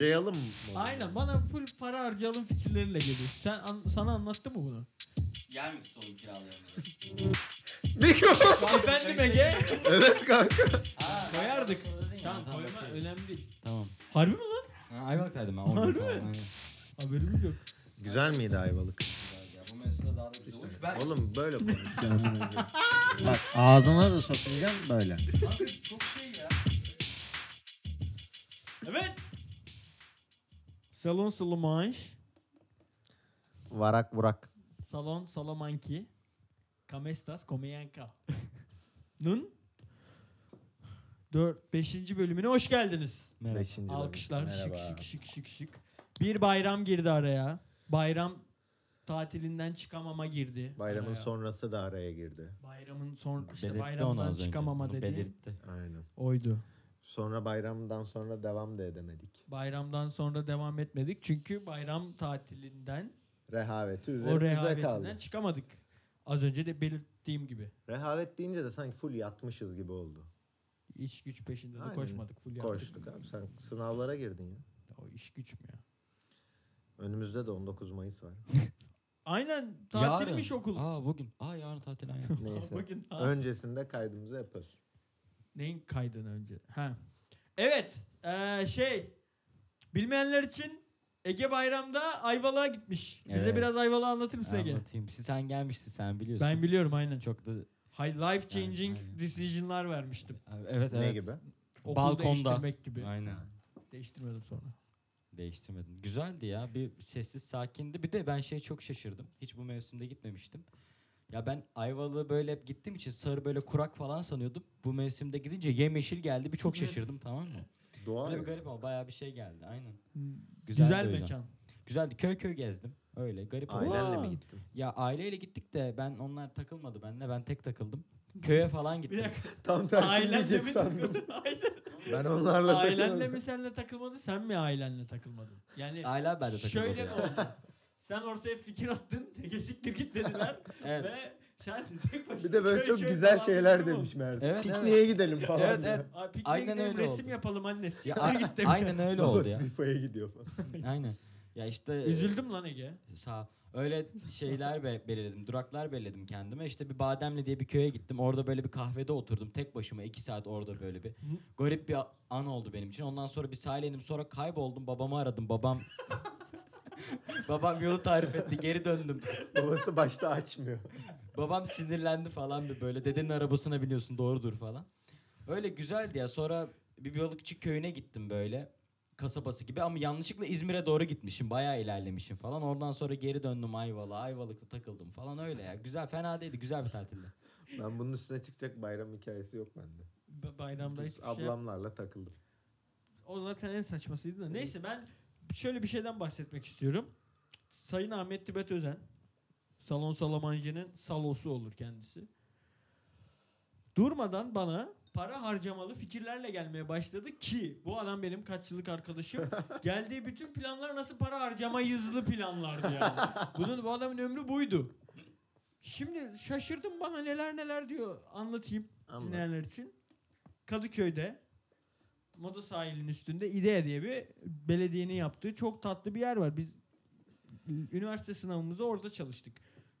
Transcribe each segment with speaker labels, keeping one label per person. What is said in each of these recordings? Speaker 1: Cayalım mı?
Speaker 2: Aynen bana full para harcayalım fikirleriyle geliyor. Sen an- sana anlattı mı bunu?
Speaker 3: Yer mi tutalım kiralayalım? direkt?
Speaker 1: Mikrofon.
Speaker 2: Efendim Ege.
Speaker 1: evet kanka.
Speaker 3: Aa,
Speaker 2: Koyardık.
Speaker 3: sonra dedin ya,
Speaker 2: Tamam koyma
Speaker 3: okey.
Speaker 2: önemli değil.
Speaker 4: Tamam.
Speaker 2: Harbi mi lan?
Speaker 4: Ha, Ayvalık'taydım ben.
Speaker 2: Harbi
Speaker 4: Orada
Speaker 2: mi?
Speaker 4: falan. aynen.
Speaker 2: Haberimiz yok.
Speaker 1: Güzel miydi Ayvalık?
Speaker 3: Güzel ya, Bu mesele daha da güzel olmuş. Ben
Speaker 1: Oğlum böyle konuş.
Speaker 5: Bak ağzına da sokacağım böyle.
Speaker 3: Abi çok şey ya.
Speaker 2: Evet. Salon Solomanş.
Speaker 1: Varak vurak.
Speaker 2: Salon Solomanki. Kamestas Komeyanka. Nun 4 5. bölümüne hoş geldiniz.
Speaker 4: Merhaba.
Speaker 1: Beşinci bölüm.
Speaker 2: Alkışlar şık
Speaker 1: Merhaba.
Speaker 2: şık şık şık şık. Bir bayram girdi araya. Bayram tatilinden çıkamama girdi.
Speaker 1: Bayramın
Speaker 2: araya.
Speaker 1: sonrası da araya girdi.
Speaker 2: Bayramın son işte
Speaker 4: Belirtti onu az
Speaker 2: bayramdan
Speaker 4: önce.
Speaker 2: çıkamama
Speaker 4: Onu
Speaker 2: dediğim
Speaker 4: Belirtti.
Speaker 1: Aynen.
Speaker 2: oydu.
Speaker 1: Sonra bayramdan sonra devam da edemedik.
Speaker 2: Bayramdan sonra devam etmedik çünkü bayram tatilinden
Speaker 1: Rehaveti
Speaker 2: o
Speaker 1: üzerimizde
Speaker 2: rehavetinden
Speaker 1: kaldı.
Speaker 2: çıkamadık. Az önce de belirttiğim gibi.
Speaker 1: Rehavet deyince de sanki full yatmışız gibi oldu.
Speaker 2: İş güç peşinde de
Speaker 1: Aynen.
Speaker 2: koşmadık. Full yaptık.
Speaker 1: Koştuk abi sen sınavlara girdin ya.
Speaker 2: Ya O iş güç mü ya?
Speaker 1: Önümüzde de 19 Mayıs var.
Speaker 2: Aynen
Speaker 4: Yarın.
Speaker 2: tatilmiş okul.
Speaker 4: Aa bugün. Aa yarın tatil aynen.
Speaker 1: Neyse.
Speaker 2: Bakın ha.
Speaker 1: Öncesinde kaydımızı yapıyoruz.
Speaker 2: Neyin kaydını önce? Ha. Evet. eee, şey. Bilmeyenler için Ege Bayram'da Ayvalık'a gitmiş. Bize
Speaker 4: Evet.
Speaker 2: biraz Ayvalık'ı anlatır mısın Ege?
Speaker 4: Anlatayım. Siz sen gelmişsin sen biliyorsun.
Speaker 2: Ben biliyorum aynen.
Speaker 4: Çok da
Speaker 2: Hay- life changing
Speaker 4: aynen.
Speaker 2: decision'lar vermiştim.
Speaker 4: evet evet.
Speaker 1: Ne gibi?
Speaker 2: Okul
Speaker 4: Balkonda.
Speaker 2: değiştirmek gibi.
Speaker 4: Aynen.
Speaker 2: Değiştirmedim sonra.
Speaker 4: Değiştirmedim. Güzeldi ya. Bir sessiz sakindi. Bir de ben şey çok şaşırdım. Hiç bu mevsimde gitmemiştim. Ya ben Ayvalık'ı böyle hep gittiğim için sarı böyle kurak falan sanıyordum. Bu mevsimde gidince yemyeşil geldi. Bir çok şaşırdım tamam mı?
Speaker 1: Dua
Speaker 4: Böyle bir
Speaker 1: edin.
Speaker 4: garip ama bayağı bir şey geldi. Aynen.
Speaker 2: Güzel,
Speaker 4: Güzeldi o yüzden.
Speaker 2: mekan.
Speaker 4: Güzeldi. Köy köy gezdim. Öyle garip oldu.
Speaker 1: Ailenle mi
Speaker 2: Vay.
Speaker 1: gittin?
Speaker 4: Ya aileyle gittik de ben onlar takılmadı benle. Ben tek takıldım. Köye
Speaker 2: Bir
Speaker 4: falan gittim.
Speaker 2: dakika.
Speaker 1: Tam tersi
Speaker 2: Ailenle
Speaker 1: diyecek
Speaker 2: mi
Speaker 1: sandım.
Speaker 2: takıldın? Aynen.
Speaker 1: Ben onlarla
Speaker 2: Ailenle
Speaker 1: takılmadım.
Speaker 2: mi senle takılmadın? Sen mi ailenle takılmadın? Yani
Speaker 4: Aile ben de takıldım.
Speaker 2: şöyle mi oldu? Sen ortaya fikir attın. Ege siktir git dediler.
Speaker 4: Evet.
Speaker 2: Ve sen tek başına
Speaker 1: Bir de böyle
Speaker 2: köy
Speaker 1: çok
Speaker 2: köy
Speaker 1: güzel
Speaker 2: falan
Speaker 1: şeyler
Speaker 2: takıldın mı?
Speaker 1: demiş Mert.
Speaker 4: Evet,
Speaker 1: Pikniğe gidelim falan.
Speaker 4: Evet,
Speaker 1: diyor.
Speaker 4: evet.
Speaker 2: Aa, pikniğe
Speaker 4: Aynen
Speaker 2: gidelim
Speaker 4: öyle
Speaker 2: resim
Speaker 4: oldu.
Speaker 2: yapalım anne. Siktir
Speaker 4: Ya,
Speaker 2: git
Speaker 4: a-
Speaker 2: demiş.
Speaker 4: aynen öyle oldu
Speaker 1: Babası
Speaker 4: ya.
Speaker 1: FIFA'ya gidiyor falan.
Speaker 4: Aynen. Ya işte e,
Speaker 2: Üzüldüm lan Ege.
Speaker 4: Sağ. Öyle şeyler be- belirledim. Duraklar belirledim kendime. İşte bir Bademli diye bir köye gittim. Orada böyle bir kahvede oturdum. Tek başıma iki saat orada böyle bir. Garip bir a- an oldu benim için. Ondan sonra bir sahile indim. Sonra kayboldum. Babamı aradım. Babam Babam yolu tarif etti. Geri döndüm.
Speaker 1: Babası başta açmıyor.
Speaker 4: Babam sinirlendi falan bir böyle. Dedenin arabasına biniyorsun doğrudur falan. Öyle güzeldi ya. Sonra bir balıkçı köyüne gittim böyle. Kasabası gibi ama yanlışlıkla İzmir'e doğru gitmişim. Bayağı ilerlemişim falan. Oradan sonra geri döndüm Ayvalık'a. Ayvalık'ta takıldım falan öyle ya. Güzel fena değildi. Güzel bir tatildi.
Speaker 1: Ben bunun üstüne çıkacak bayram hikayesi yok bende.
Speaker 2: Ba- Bayramda
Speaker 1: Düz
Speaker 2: hiçbir şey yap-
Speaker 1: ablamlarla takıldım.
Speaker 2: O zaten en saçmasıydı da. Neyse ben şöyle bir şeyden bahsetmek istiyorum. Sayın Ahmet Tibet Özen. Salon Salamancı'nın salosu olur kendisi. Durmadan bana para harcamalı fikirlerle gelmeye başladı ki bu adam benim kaç yıllık arkadaşım. Geldiği bütün planlar nasıl para harcama hızlı planlardı yani. Bunun bu adamın ömrü buydu. Şimdi şaşırdım bana neler neler diyor anlatayım
Speaker 1: Anlat.
Speaker 2: dinleyenler için. Kadıköy'de Moda sahilinin üstünde İdea diye bir belediyenin yaptığı çok tatlı bir yer var. Biz üniversite sınavımızı orada çalıştık.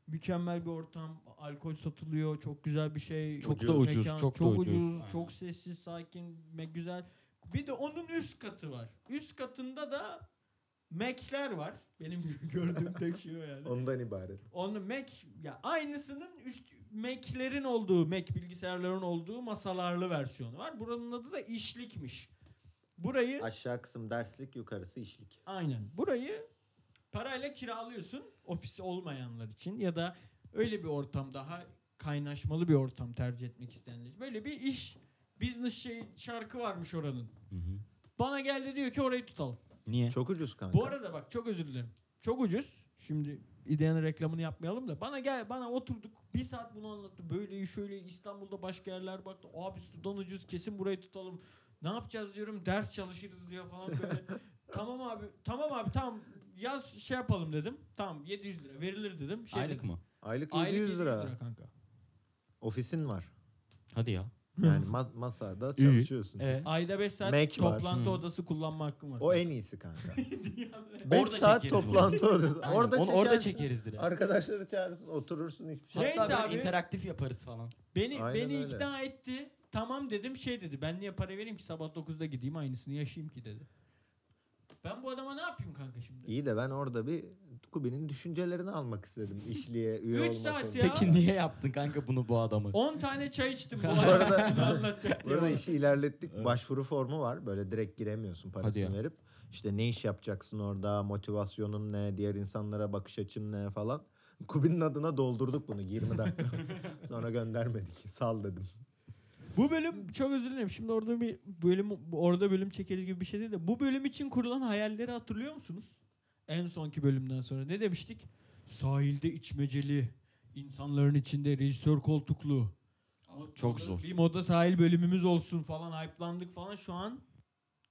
Speaker 2: Mükemmel bir ortam, alkol satılıyor, çok güzel bir şey.
Speaker 4: Çok
Speaker 1: da
Speaker 4: ucuz, çok da ucuz. Aynen.
Speaker 2: Çok sessiz, sakin ve güzel. Bir de onun üst katı var. Üst katında da Mac'ler var. Benim gördüğüm tek şey o yani.
Speaker 1: Ondan ibaret.
Speaker 2: Onu Mac ya aynısının üst Mac'lerin olduğu, Mac bilgisayarların olduğu masalarlı versiyonu var. Buranın adı da işlikmiş. Burayı
Speaker 1: Aşağı kısım derslik, yukarısı işlik.
Speaker 2: aynen. Burayı parayla kiralıyorsun ofisi olmayanlar için ya da öyle bir ortam daha kaynaşmalı bir ortam tercih etmek isteyenler. için. Böyle bir iş business şey şarkı varmış oranın. Bana geldi diyor ki orayı tutalım.
Speaker 4: Niye?
Speaker 1: Çok ucuz kanka.
Speaker 2: Bu arada bak çok özür dilerim. Çok ucuz. Şimdi İdea'nın reklamını yapmayalım da. Bana gel bana oturduk. Bir saat bunu anlattı. Böyle şöyle İstanbul'da başka yerler baktı. Abi sudan ucuz kesin burayı tutalım. Ne yapacağız diyorum. Ders çalışırız diyor falan böyle. tamam abi. Tamam abi tamam. Yaz şey yapalım dedim. Tamam 700 lira verilir dedim. Şey
Speaker 4: Aylık
Speaker 2: dedim,
Speaker 4: mı?
Speaker 1: Aylık 700
Speaker 2: Aylık 700
Speaker 1: lira.
Speaker 2: lira kanka.
Speaker 1: Ofisin var.
Speaker 4: Hadi ya.
Speaker 1: Yani mas- masada çalışıyorsun.
Speaker 4: E,
Speaker 2: Ayda 5 saat
Speaker 1: Mac var.
Speaker 2: toplantı
Speaker 4: Hı.
Speaker 2: odası kullanma hakkım var.
Speaker 1: O en iyisi kanka.
Speaker 2: Dünyanın-
Speaker 1: 5
Speaker 4: Orada
Speaker 1: saat
Speaker 4: çekeriz
Speaker 1: toplantı orada.
Speaker 4: aynen.
Speaker 1: Orada
Speaker 4: Onu orada
Speaker 1: çekersin.
Speaker 4: çekeriz direkt.
Speaker 1: Arkadaşları çağırırsın oturursun hiçbir şey.
Speaker 2: Şey-
Speaker 4: Hatta
Speaker 2: Neyse
Speaker 4: böyle
Speaker 2: abi.
Speaker 4: interaktif yaparız falan.
Speaker 2: Beni
Speaker 1: Aynen
Speaker 2: beni
Speaker 1: öyle.
Speaker 2: ikna etti. Tamam dedim şey dedi. Ben niye para vereyim ki sabah 9'da gideyim aynısını yaşayayım ki dedi. Ben bu adama ne yapayım kanka şimdi?
Speaker 1: İyi de ben orada bir Kubi'nin düşüncelerini almak istedim. İşliğe üye
Speaker 2: Üç
Speaker 1: olmak
Speaker 2: saat
Speaker 1: konusunda.
Speaker 2: ya.
Speaker 4: Peki niye yaptın kanka bunu bu adamı?
Speaker 2: 10 tane çay içtim bu
Speaker 1: arada-
Speaker 2: arada. Bunu anlatacak
Speaker 1: Bu arada
Speaker 2: diye.
Speaker 1: işi ilerlettik. Başvuru formu var. Böyle direkt giremiyorsun
Speaker 4: Hadi
Speaker 1: parasını
Speaker 4: ya.
Speaker 1: verip. İşte ne iş yapacaksın orada, motivasyonun ne, diğer insanlara bakış açın ne falan. Kubi'nin adına doldurduk bunu 20 dakika. Sonra göndermedik. Sal dedim.
Speaker 2: Bu bölüm çok özür dilerim. Şimdi orada bir bölüm orada bölüm çekeriz gibi bir şey değil de bu bölüm için kurulan hayalleri hatırlıyor musunuz? En sonki bölümden sonra ne demiştik? Sahilde içmeceli, insanların içinde rejisör koltuklu.
Speaker 3: Ama
Speaker 4: Çok zor.
Speaker 2: Bir moda sahil bölümümüz olsun falan hype'landık falan şu an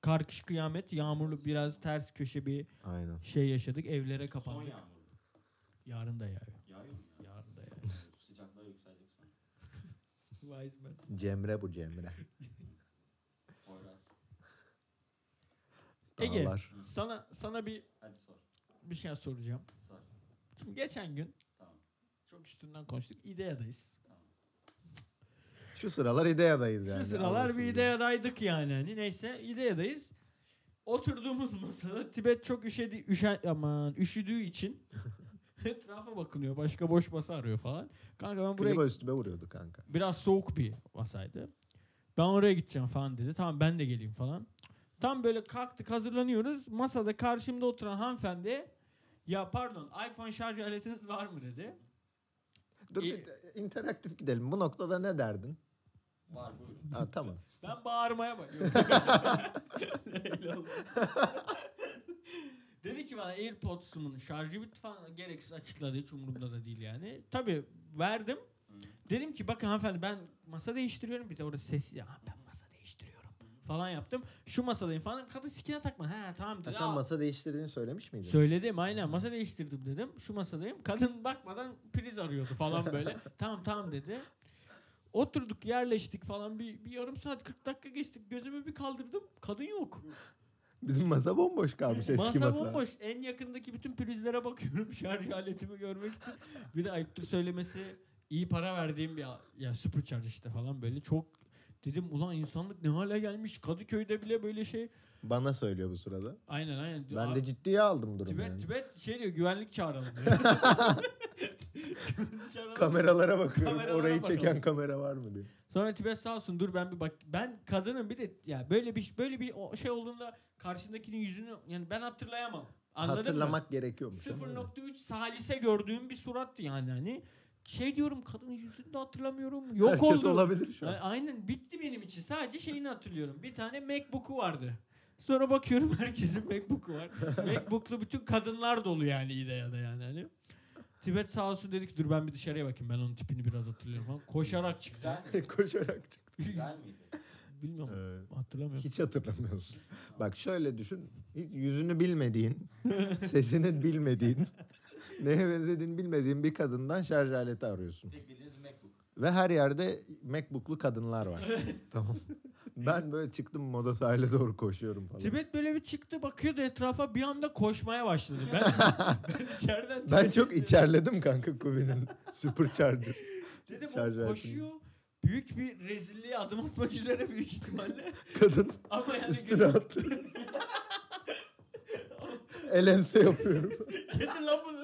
Speaker 2: karkış kıyamet yağmurlu biraz ters köşe bir
Speaker 1: Aynen.
Speaker 2: şey yaşadık evlere
Speaker 3: Son
Speaker 2: kapandık.
Speaker 3: yağmur.
Speaker 2: Yarın da yağıyor.
Speaker 3: Yağıyor mu ya?
Speaker 2: Yarın da yağıyor.
Speaker 3: Sıcaklar yükselecek sonra.
Speaker 2: Wise man.
Speaker 1: Cemre bu Cemre.
Speaker 3: Poyraz.
Speaker 2: Ege.
Speaker 1: Dağlar.
Speaker 2: Sana sana bir
Speaker 3: Hadi sor.
Speaker 2: bir şey soracağım.
Speaker 3: Sor.
Speaker 2: Şimdi geçen gün
Speaker 3: Tamam.
Speaker 2: çok üstünden konuştuk. İdea'dayız.
Speaker 1: Şu sıralar İdea'dayız yani.
Speaker 2: Şu sıralar bir
Speaker 1: Anlaşıldı.
Speaker 2: İdea'daydık yani. Hani neyse İdea'dayız. Oturduğumuz masada Tibet çok üşedi, üşen, aman üşüdüğü için etrafa bakınıyor. Başka boş masa arıyor falan. Kanka ben buraya
Speaker 1: Klima üstüme vuruyordu kanka.
Speaker 2: biraz soğuk bir masaydı. Ben oraya gideceğim falan dedi. Tamam ben de geleyim falan. Tam böyle kalktık hazırlanıyoruz. Masada karşımda oturan hanımefendi ya pardon iPhone şarj aletiniz var mı dedi.
Speaker 1: Dur
Speaker 2: İyi.
Speaker 1: bir de interaktif gidelim. Bu noktada ne derdin?
Speaker 3: Var buyurun.
Speaker 1: Ha, tamam.
Speaker 2: Ben bağırmaya bak. Yok. Öyle oldu. Dedi ki bana AirPods'umun şarjı bitti falan gereksiz açıkladı hiç umurumda da değil yani. Tabii verdim. Dedim ki bakın hanımefendi ben masa değiştiriyorum bir de orada ses ya ben masa değiştiriyorum falan yaptım. Şu masadayım falan kadın sikine takma. He tamam
Speaker 1: Ha,
Speaker 2: dedi.
Speaker 1: sen
Speaker 2: Aa,
Speaker 1: masa değiştirdiğini söylemiş miydin?
Speaker 2: Söyledim aynen masa değiştirdim dedim. Şu masadayım. Kadın bakmadan priz arıyordu falan böyle. tamam tamam dedi. Oturduk yerleştik falan bir, bir yarım saat 40 dakika geçtik. Gözümü bir kaldırdım. Kadın yok.
Speaker 1: Bizim masa bomboş kalmış eski masa.
Speaker 2: masa bomboş. En yakındaki bütün prizlere bakıyorum şarj aletimi görmek için. Bir de ayıptır söylemesi iyi para verdiğim bir a- ya super charge işte falan böyle çok dedim ulan insanlık ne hale gelmiş. Kadıköy'de bile böyle şey.
Speaker 1: Bana söylüyor bu sırada.
Speaker 2: Aynen aynen.
Speaker 1: Ben
Speaker 2: Abi-
Speaker 1: de ciddiye aldım durumu.
Speaker 2: Tibet
Speaker 1: yani.
Speaker 2: Tibet şey diyor güvenlik çağıralım diyor. Güvenlik çağıralım.
Speaker 1: Kameralara bakıyorum.
Speaker 2: Kameralara
Speaker 1: Orayı
Speaker 2: bakalım.
Speaker 1: çeken kamera var mı diye.
Speaker 2: Sonra Tibet sağ olsun dur ben bir bak ben kadının bir de ya böyle bir böyle bir o- şey olduğunda karşındakinin yüzünü yani ben hatırlayamam. Anladın mı?
Speaker 1: Hatırlamak gerekiyormuş. ama.
Speaker 2: 0.3 salise gördüğüm bir surattı yani hani. Şey diyorum kadının yüzünü de hatırlamıyorum. Yok
Speaker 1: Herkes
Speaker 2: oldu.
Speaker 1: olabilir şu
Speaker 2: A-
Speaker 1: an.
Speaker 2: Aynen bitti benim için. Sadece şeyini hatırlıyorum. Bir tane MacBook'u vardı. Sonra bakıyorum herkesin MacBook'u var. MacBook'lu bütün kadınlar dolu yani İdea'da yani. Hani. Tibet sağ olsun dedi ki dur ben bir dışarıya bakayım ben onun tipini biraz hatırlıyorum falan. Koşarak çıktı.
Speaker 3: Güzel miydi?
Speaker 1: Koşarak çıktı.
Speaker 3: Güzel miydi?
Speaker 2: Bilmiyorum
Speaker 1: Ee,
Speaker 2: hatırlamıyorum.
Speaker 1: hiç hatırlamıyorsun. Bak şöyle düşün. Hiç yüzünü bilmediğin, sesini bilmediğin, neye benzediğini bilmediğin bir kadından şarj aleti arıyorsun.
Speaker 3: Tek bildiğiniz MacBook.
Speaker 1: Ve her yerde MacBook'lu kadınlar var. tamam. Ben böyle çıktım moda sahile doğru koşuyorum falan.
Speaker 2: Tibet böyle bir çıktı bakıyordu etrafa bir anda koşmaya başladı. Ben, ben içeriden
Speaker 1: Ben
Speaker 2: Tibet'i
Speaker 1: çok
Speaker 2: izledim.
Speaker 1: içerledim kanka Kubi'nin supercharger.
Speaker 2: Dedim
Speaker 1: şarj
Speaker 2: o
Speaker 1: aletini.
Speaker 2: koşuyor. Büyük bir rezilliğe adım atmak üzere büyük ihtimalle.
Speaker 1: Kadın
Speaker 2: Ama yani
Speaker 1: üstüne attı. Elense yapıyorum.
Speaker 2: Getir lan bunu.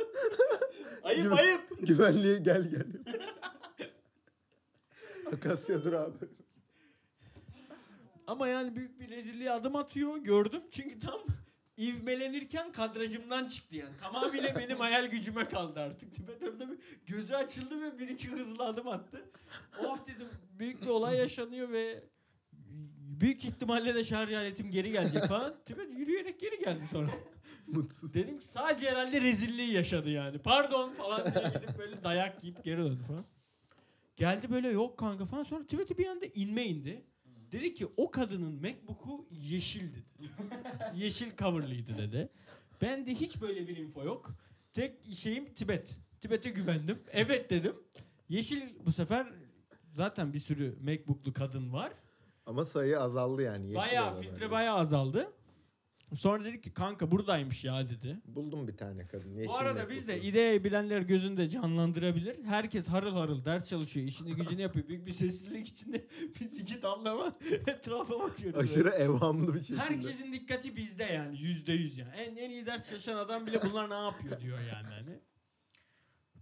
Speaker 2: Ayıp
Speaker 1: Gü-
Speaker 2: ayıp.
Speaker 1: Güvenliğe gel gel. Akasya dur abi.
Speaker 2: Ama yani büyük bir rezilliğe adım atıyor gördüm. Çünkü tam ivmelenirken kadrajımdan çıktı yani. Tamamıyla benim hayal gücüme kaldı artık. Tibet orada bir gözü açıldı ve bir iki hızlı adım attı. Oh dedim büyük bir olay yaşanıyor ve büyük ihtimalle de şarj aletim geri gelecek falan. Tibet yürüyerek geri geldi sonra.
Speaker 1: Mutsuz.
Speaker 2: Dedim ki sadece herhalde rezilliği yaşadı yani. Pardon falan diye gidip böyle dayak yiyip geri döndü falan. Geldi böyle yok kanka falan. Sonra Tibet'e bir anda inme indi. Dedi ki o kadının Macbook'u yeşil dedi. yeşil coverlıydı dedi. Ben de hiç böyle bir info yok. Tek şeyim Tibet. Tibet'e güvendim. Evet dedim. Yeşil bu sefer zaten bir sürü Macbook'lu kadın var.
Speaker 1: Ama sayı azaldı yani. yeşil
Speaker 2: Bayağı
Speaker 1: olan
Speaker 2: filtre
Speaker 1: öyle.
Speaker 2: bayağı azaldı. Sonra dedik ki kanka buradaymış ya dedi.
Speaker 1: Buldum bir tane kadın. Yeşil
Speaker 2: Bu arada
Speaker 1: renkli
Speaker 2: biz de
Speaker 1: kadın.
Speaker 2: ideyi bilenler gözünde canlandırabilir. Herkes harıl harıl ders çalışıyor. işini gücünü yapıyor. Büyük bir sessizlik içinde biz iki dallama etrafa bakıyoruz.
Speaker 1: Aşırı şey evhamlı bir şekilde.
Speaker 2: Herkesin dikkati bizde yani yüzde yüz yani. En, en iyi ders çalışan adam bile bunlar ne yapıyor diyor yani hani.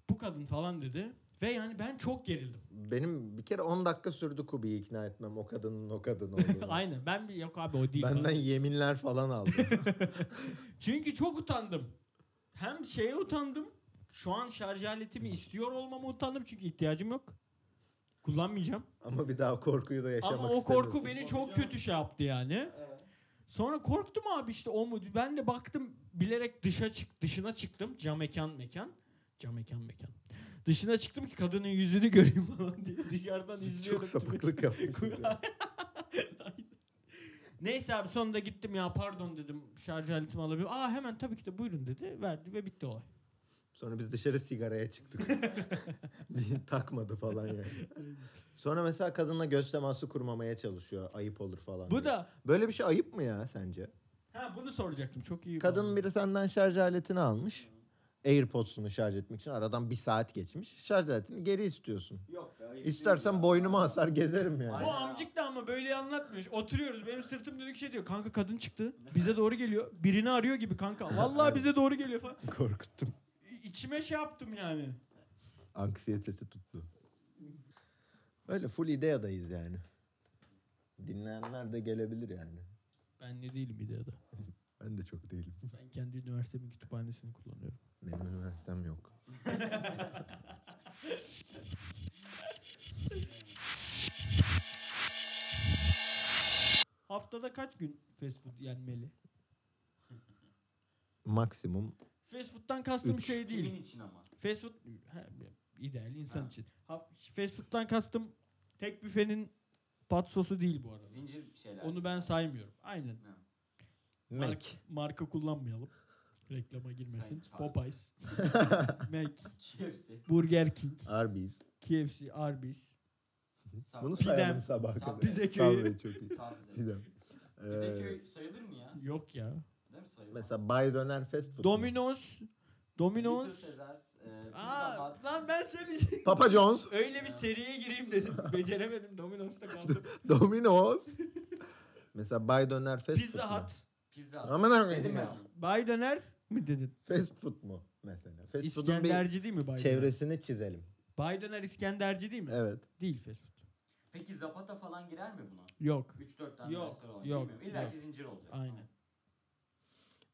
Speaker 2: Bu kadın falan dedi. Ve yani ben çok gerildim.
Speaker 1: Benim bir kere 10 dakika sürdü Kubi'yi ikna etmem o kadının o kadın olduğunu.
Speaker 2: Aynen ben bir yok abi o değil. falan.
Speaker 1: Benden yeminler falan aldı.
Speaker 2: Çünkü çok utandım. Hem şeye utandım. Şu an şarj aletimi istiyor olmama utandım çünkü ihtiyacım yok. Kullanmayacağım.
Speaker 1: Ama bir daha korkuyu da yaşamak
Speaker 2: Ama o korku
Speaker 1: istemiyorsun.
Speaker 2: beni çok kötü şey yaptı yani. Sonra korktum abi işte o mu? Ben de baktım bilerek dışa çık dışına çıktım. Cam mekan mekan. Cam mekan mekan. Dışına çıktım ki kadının yüzünü göreyim falan diye dışarıdan
Speaker 1: Biz
Speaker 2: izliyorum.
Speaker 1: çok sapıklık yapmışız. ya.
Speaker 2: Neyse abi sonunda gittim ya pardon dedim şarj aletimi alabilir. Aa hemen tabii ki de buyurun dedi. Verdi ve bitti olay.
Speaker 1: Sonra biz dışarı sigaraya çıktık. Bir Takmadı falan yani. Sonra mesela kadınla göz teması kurmamaya çalışıyor. Ayıp olur falan.
Speaker 2: Bu
Speaker 1: diye.
Speaker 2: da
Speaker 1: Böyle bir şey ayıp mı ya sence?
Speaker 2: ha bunu soracaktım. Çok iyi.
Speaker 1: Kadın
Speaker 2: bağladın.
Speaker 1: biri senden şarj aletini almış. AirPods'unu şarj etmek için aradan bir saat geçmiş. Şarj aletini geri istiyorsun.
Speaker 3: Yok ya.
Speaker 1: İstersen boynuma asar gezerim yani.
Speaker 2: Bu amcık da ama böyle anlatmıyor. Oturuyoruz benim sırtım dönük şey diyor. Kanka kadın çıktı. Bize doğru geliyor. Birini arıyor gibi kanka. Vallahi bize doğru geliyor falan.
Speaker 1: Korkuttum.
Speaker 2: İ- İçime şey yaptım yani.
Speaker 1: Anksiyetesi tuttu. Öyle full ideadayız yani. Dinleyenler de gelebilir yani.
Speaker 2: Ben ne değilim İdea'da.
Speaker 1: Ben de çok değilim.
Speaker 2: Ben kendi üniversitemin kütüphanesini kullanıyorum.
Speaker 1: Benim üniversitem yok.
Speaker 2: Haftada kaç gün fast food yenmeli?
Speaker 1: Maksimum
Speaker 2: Fast food'dan kastım
Speaker 1: Üç.
Speaker 2: şey değil.
Speaker 3: Kimin için ama?
Speaker 2: Fast food ha, ideal insan
Speaker 3: Ha.
Speaker 2: için. Ha, fast food'dan kastım tek büfenin pat sosu değil bu arada.
Speaker 3: Zincir şeyler.
Speaker 2: Onu ben saymıyorum. Aynen. Mark-
Speaker 1: Mac.
Speaker 2: marka kullanmayalım. Reklama girmesin.
Speaker 3: Mac,
Speaker 2: Popeyes. Mac,
Speaker 3: KFC.
Speaker 2: Burger King,
Speaker 1: Arby's.
Speaker 2: KFC, Arby's.
Speaker 1: Bunu
Speaker 2: Pidem.
Speaker 1: sayalım sabaha
Speaker 3: Sabah.
Speaker 1: kadar.
Speaker 2: Pide köyü.
Speaker 1: Sabah çok iyi.
Speaker 3: Sabze.
Speaker 1: Pidem. Ee,
Speaker 3: Pideköy sayılır mı ya?
Speaker 2: Yok ya.
Speaker 3: Değil mi sayılır?
Speaker 1: mesela Bay Döner Fast Food. mu?
Speaker 2: Domino's.
Speaker 3: Little
Speaker 2: Domino's.
Speaker 3: Caesars. E, Pizza
Speaker 2: Aa,
Speaker 3: Hut.
Speaker 2: lan ben söyleyeceğim.
Speaker 1: Papa John's.
Speaker 2: Öyle bir seriye gireyim dedim. Beceremedim. Domino's'ta kaldım.
Speaker 1: Domino's. mesela Bay Döner Fast Food.
Speaker 2: Pizza
Speaker 1: mu?
Speaker 2: Hut.
Speaker 3: Pizza Hut.
Speaker 1: Aman
Speaker 3: Dedim
Speaker 1: Allah'ım
Speaker 3: ya.
Speaker 1: ya.
Speaker 2: Bay Döner mi dedin?
Speaker 1: Fast Food mu mesela? Fast Food'un bir
Speaker 2: İskenderci değil mi Bay Döner?
Speaker 1: çevresini çizelim.
Speaker 2: Bay Döner İskenderci değil mi?
Speaker 1: Evet.
Speaker 2: Değil fast food.
Speaker 3: Peki Zapata falan girer mi buna?
Speaker 2: Yok.
Speaker 3: 3-4 tane
Speaker 2: Yok,
Speaker 3: restoran
Speaker 2: yok,
Speaker 3: olacak. Bilmiyorum. İlla
Speaker 2: yok.
Speaker 3: ki zincir olacak.
Speaker 2: Aynen.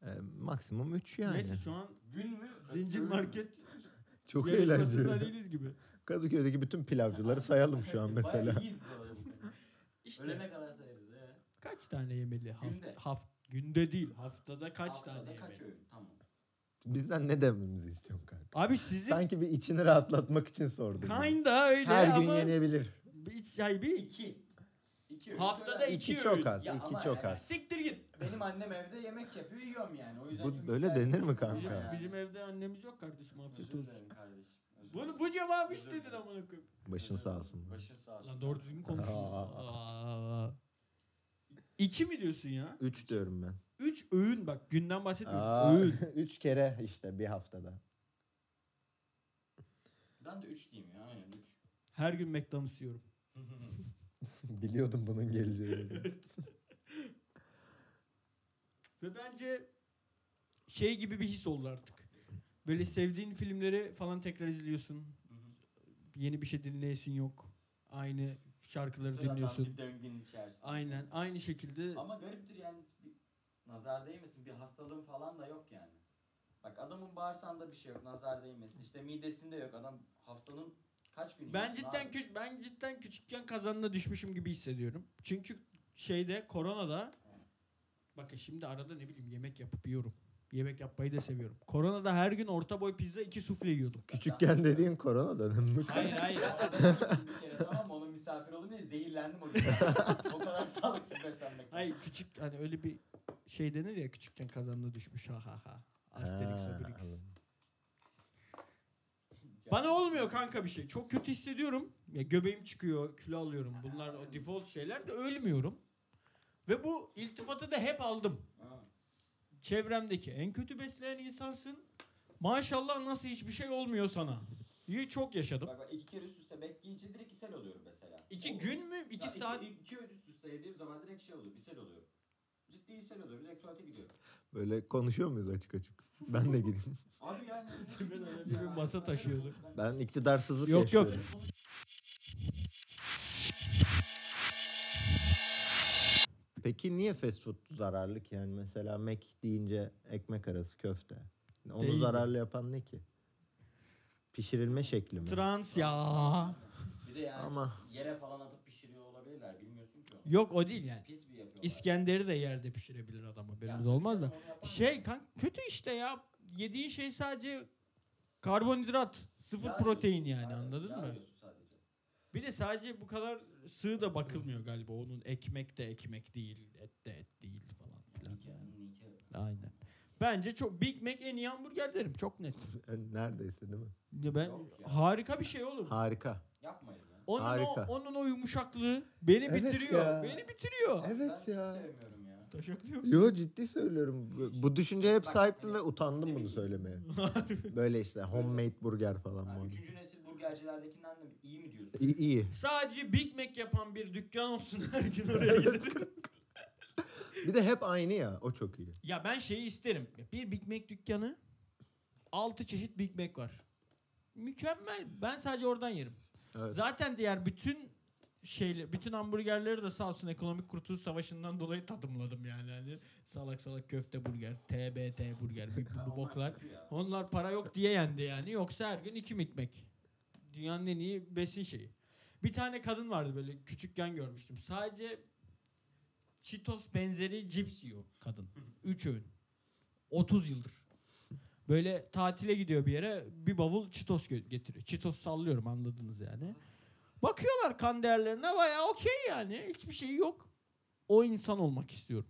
Speaker 1: Ee, maksimum 3 yani.
Speaker 2: Yani. Neyse şu an
Speaker 3: Gün mü?
Speaker 2: zincir
Speaker 3: öğün mü?
Speaker 2: market
Speaker 1: Çok
Speaker 2: yarışmasında
Speaker 1: eğlenceli.
Speaker 2: değiliz gibi.
Speaker 1: Kadıköy'deki bütün pilavcıları sayalım şu an mesela.
Speaker 3: Bayağı iyiyiz bu arada.
Speaker 2: İşte.
Speaker 3: Ölene kadar sayarız. ee. He.
Speaker 2: Kaç tane yemeli? Haft,
Speaker 3: Günde.
Speaker 2: haft- günde değil. Haftada kaç
Speaker 3: Haftada
Speaker 2: tane
Speaker 3: kaç
Speaker 2: yemeli?
Speaker 3: öğün? Tamam.
Speaker 1: Bizden ne dememizi istiyorsun kanka?
Speaker 2: Abi sizin
Speaker 1: Sanki bir içini rahatlatmak için sordun.
Speaker 2: kinda öyle
Speaker 1: Her gün
Speaker 2: ama
Speaker 1: yenebilir.
Speaker 2: bir, yani bir
Speaker 3: 2. 2 öğün.
Speaker 2: Haftada
Speaker 3: söyler.
Speaker 2: iki
Speaker 1: İki
Speaker 2: öğün.
Speaker 1: çok az,
Speaker 3: Ya
Speaker 1: iki
Speaker 3: ama
Speaker 1: çok
Speaker 3: yani-
Speaker 1: az.
Speaker 2: siktir git.
Speaker 3: Benim annem evde yemek yapıyor yiyorum yani. O yüzden
Speaker 1: Bu
Speaker 3: çok
Speaker 1: böyle
Speaker 3: iddialı
Speaker 1: denir mi
Speaker 3: değilim
Speaker 1: kanka?
Speaker 2: Bizim,
Speaker 3: yani.
Speaker 2: bizim evde annemiz yok kardeşim afiyet
Speaker 3: Özür
Speaker 2: olsun.
Speaker 3: dilerim kardeşim. özür
Speaker 2: Bunu
Speaker 3: dilerim.
Speaker 2: bu cevabı
Speaker 3: Özür
Speaker 2: istedin
Speaker 3: dilerim.
Speaker 2: amına koyayım.
Speaker 1: Başın sağ olsun.
Speaker 3: Başın sağ olsun.
Speaker 2: Lan doğru düzgün konuşun.
Speaker 1: Aa.
Speaker 2: Aa. İki mi diyorsun ya?
Speaker 1: Üç diyorum ben.
Speaker 2: Üç öğün bak günden
Speaker 1: Aa,
Speaker 2: bahsetmiyoruz. Öğün.
Speaker 1: üç kere işte bir haftada.
Speaker 3: Ben de 3 diyeyim ya. Aynen 3.
Speaker 2: Her gün McDonald's yiyorum.
Speaker 1: Biliyordum bunun geleceğini.
Speaker 2: Ve bence şey gibi bir his oldu artık. Böyle sevdiğin filmleri falan tekrar izliyorsun. Yeni bir şey dinleyesin yok. Aynı şarkıları dinliyorsun.
Speaker 3: bir döngünün içerisinde.
Speaker 2: Aynen aynı şekilde
Speaker 3: Ama gariptir yani bir nazar değmesin bir hastalığın falan da yok yani. Bak adamın bağırsağında bir şey yok nazar değmesin işte midesinde yok adam haftanın kaç günü
Speaker 2: ben
Speaker 3: yiyorsun
Speaker 2: cidden
Speaker 3: abi?
Speaker 2: küç ben cidden küçükken kazanına düşmüşüm gibi hissediyorum. Çünkü şeyde koronada bakın şimdi arada ne bileyim yemek yapıp yiyorum. Yemek yapmayı da seviyorum. Koronada her gün orta boy pizza iki sufle yiyordum.
Speaker 1: Küçükken dediğin korona dönemi mi?
Speaker 2: Hayır hayır.
Speaker 3: Ya adamın gittim bir kere tamam mı? onun misafir oldu diye zehirlendim o gün. o kadar sağlıksız beslenmek.
Speaker 2: Hayır küçük hani öyle bir şey denir ya küçükken kazanına düşmüş ha ha ha. Asterix
Speaker 1: Ha,
Speaker 2: Obelix.
Speaker 1: anladım.
Speaker 2: Bana olmuyor kanka bir şey. Çok kötü hissediyorum. Ya göbeğim çıkıyor, kilo alıyorum. Bunlar o default şeyler de ölmüyorum. Ve bu iltifatı da hep aldım.
Speaker 3: Ha.
Speaker 2: Çevremdeki en kötü besleyen insansın. Maşallah nasıl hiçbir şey olmuyor sana. İyi çok yaşadım.
Speaker 3: Bak bak iki kere üst üste bek giyince direkt ishal oluyorum mesela.
Speaker 2: İki
Speaker 3: Olur.
Speaker 2: gün mü?
Speaker 3: Ya
Speaker 2: iki saat?
Speaker 3: Iki, iki öğün üst üste yediğim zaman direkt şey oluyor, ishal oluyorum. Ciddi ishal oluyorum, direkt tuvalete gidiyorum.
Speaker 1: Böyle konuşuyor muyuz açık açık? Ben de gireyim.
Speaker 3: Abi yani...
Speaker 2: Ben öyle bir masa taşıyordu.
Speaker 1: Ben iktidarsızlık
Speaker 2: Yok, yok.
Speaker 1: yaşıyorum. Peki niye fast food zararlı ki? Yani mesela Mac deyince ekmek arası köfte. Onu
Speaker 2: Değil mi?
Speaker 1: zararlı yapan ne ki? Pişirilme şekli mi?
Speaker 2: Trans ya.
Speaker 3: Bir de yani
Speaker 1: Ama
Speaker 3: yere falan atıp pişiriyor olabilirler, bilmiyorsun ki onu.
Speaker 2: Yok o değil yani.
Speaker 3: Pis bir yapıyorlar.
Speaker 2: İskender'i de yerde pişirebilir adam
Speaker 3: Ya,
Speaker 2: haberimiz olmaz da.
Speaker 3: onu yapan
Speaker 2: Şey
Speaker 3: ya.
Speaker 2: kan kötü işte ya. Yediğin şey sadece karbonhidrat, sıfır
Speaker 3: Yağ
Speaker 2: protein
Speaker 3: yiyorsun,
Speaker 2: yani
Speaker 3: aynen,
Speaker 2: anladın
Speaker 3: yağ
Speaker 2: mı?
Speaker 3: yiyorsun sadece.
Speaker 2: Bir de sadece bu kadar sığ da bakılmıyor galiba. Onun ekmek de ekmek değil, et de et değil falan filan.
Speaker 3: Nikahın nikahı.
Speaker 2: Aynen. Bence çok Big Mac en iyi hamburger derim çok net.
Speaker 1: neredeyse değil mi?
Speaker 2: Ya ben
Speaker 3: Yok ya.
Speaker 2: harika bir şey olur.
Speaker 1: Harika.
Speaker 3: Yapmayın ya.
Speaker 2: Onun
Speaker 1: Harika.
Speaker 2: o onun o yumuşaklığı beni
Speaker 1: Evet
Speaker 2: bitiriyor.
Speaker 1: ya.
Speaker 2: Beni bitiriyor.
Speaker 1: Evet
Speaker 3: ben
Speaker 1: ya.
Speaker 3: sevmiyorum ya.
Speaker 2: Taşaklıyor musun?
Speaker 1: Yo ciddi söylüyorum. Bu- Bu düşünceye hep
Speaker 3: Bak,
Speaker 1: sahiptim
Speaker 3: hani-
Speaker 1: ve utandım bunu söylemeye. Böyle işte homemade burger falan.
Speaker 3: Ha,
Speaker 1: var.
Speaker 3: üçüncü nesil burgercilerdekinden de iyi mi diyorsun?
Speaker 1: İyi. iyi.
Speaker 2: Sadece Big Mac yapan bir dükkan olsun her gün oraya gidelim.
Speaker 1: Bir de hep aynı ya. O çok iyi.
Speaker 2: ya ben şeyi isterim. Bir Big Mac dükkanı 6 çeşit Big Mac var. Mükemmel. Ben sadece oradan yerim.
Speaker 1: Evet.
Speaker 2: Zaten diğer bütün şeyle bütün hamburgerleri de sağ olsun ekonomik kurtuluş savaşından dolayı tadımladım yani. Hani salak salak köfte burger, TBT burger, bir- bu boklar.
Speaker 3: Kötü ya.
Speaker 2: Onlar para yok diye yendi yani. Yoksa her gün iki mikmek. Dünyanın en iyi besin şeyi. Bir tane kadın vardı böyle küçükken görmüştüm. Sadece Cheetos benzeri cips yiyor kadın. Üç öğün. 30 yıldır. Böyle tatile gidiyor bir yere bir bavul Cheetos gö- getiriyor. Cheetos sallıyorum anladınız yani. Bakıyorlar kan değerlerine bayağı okey yani. Hiçbir şey yok. O insan olmak istiyorum.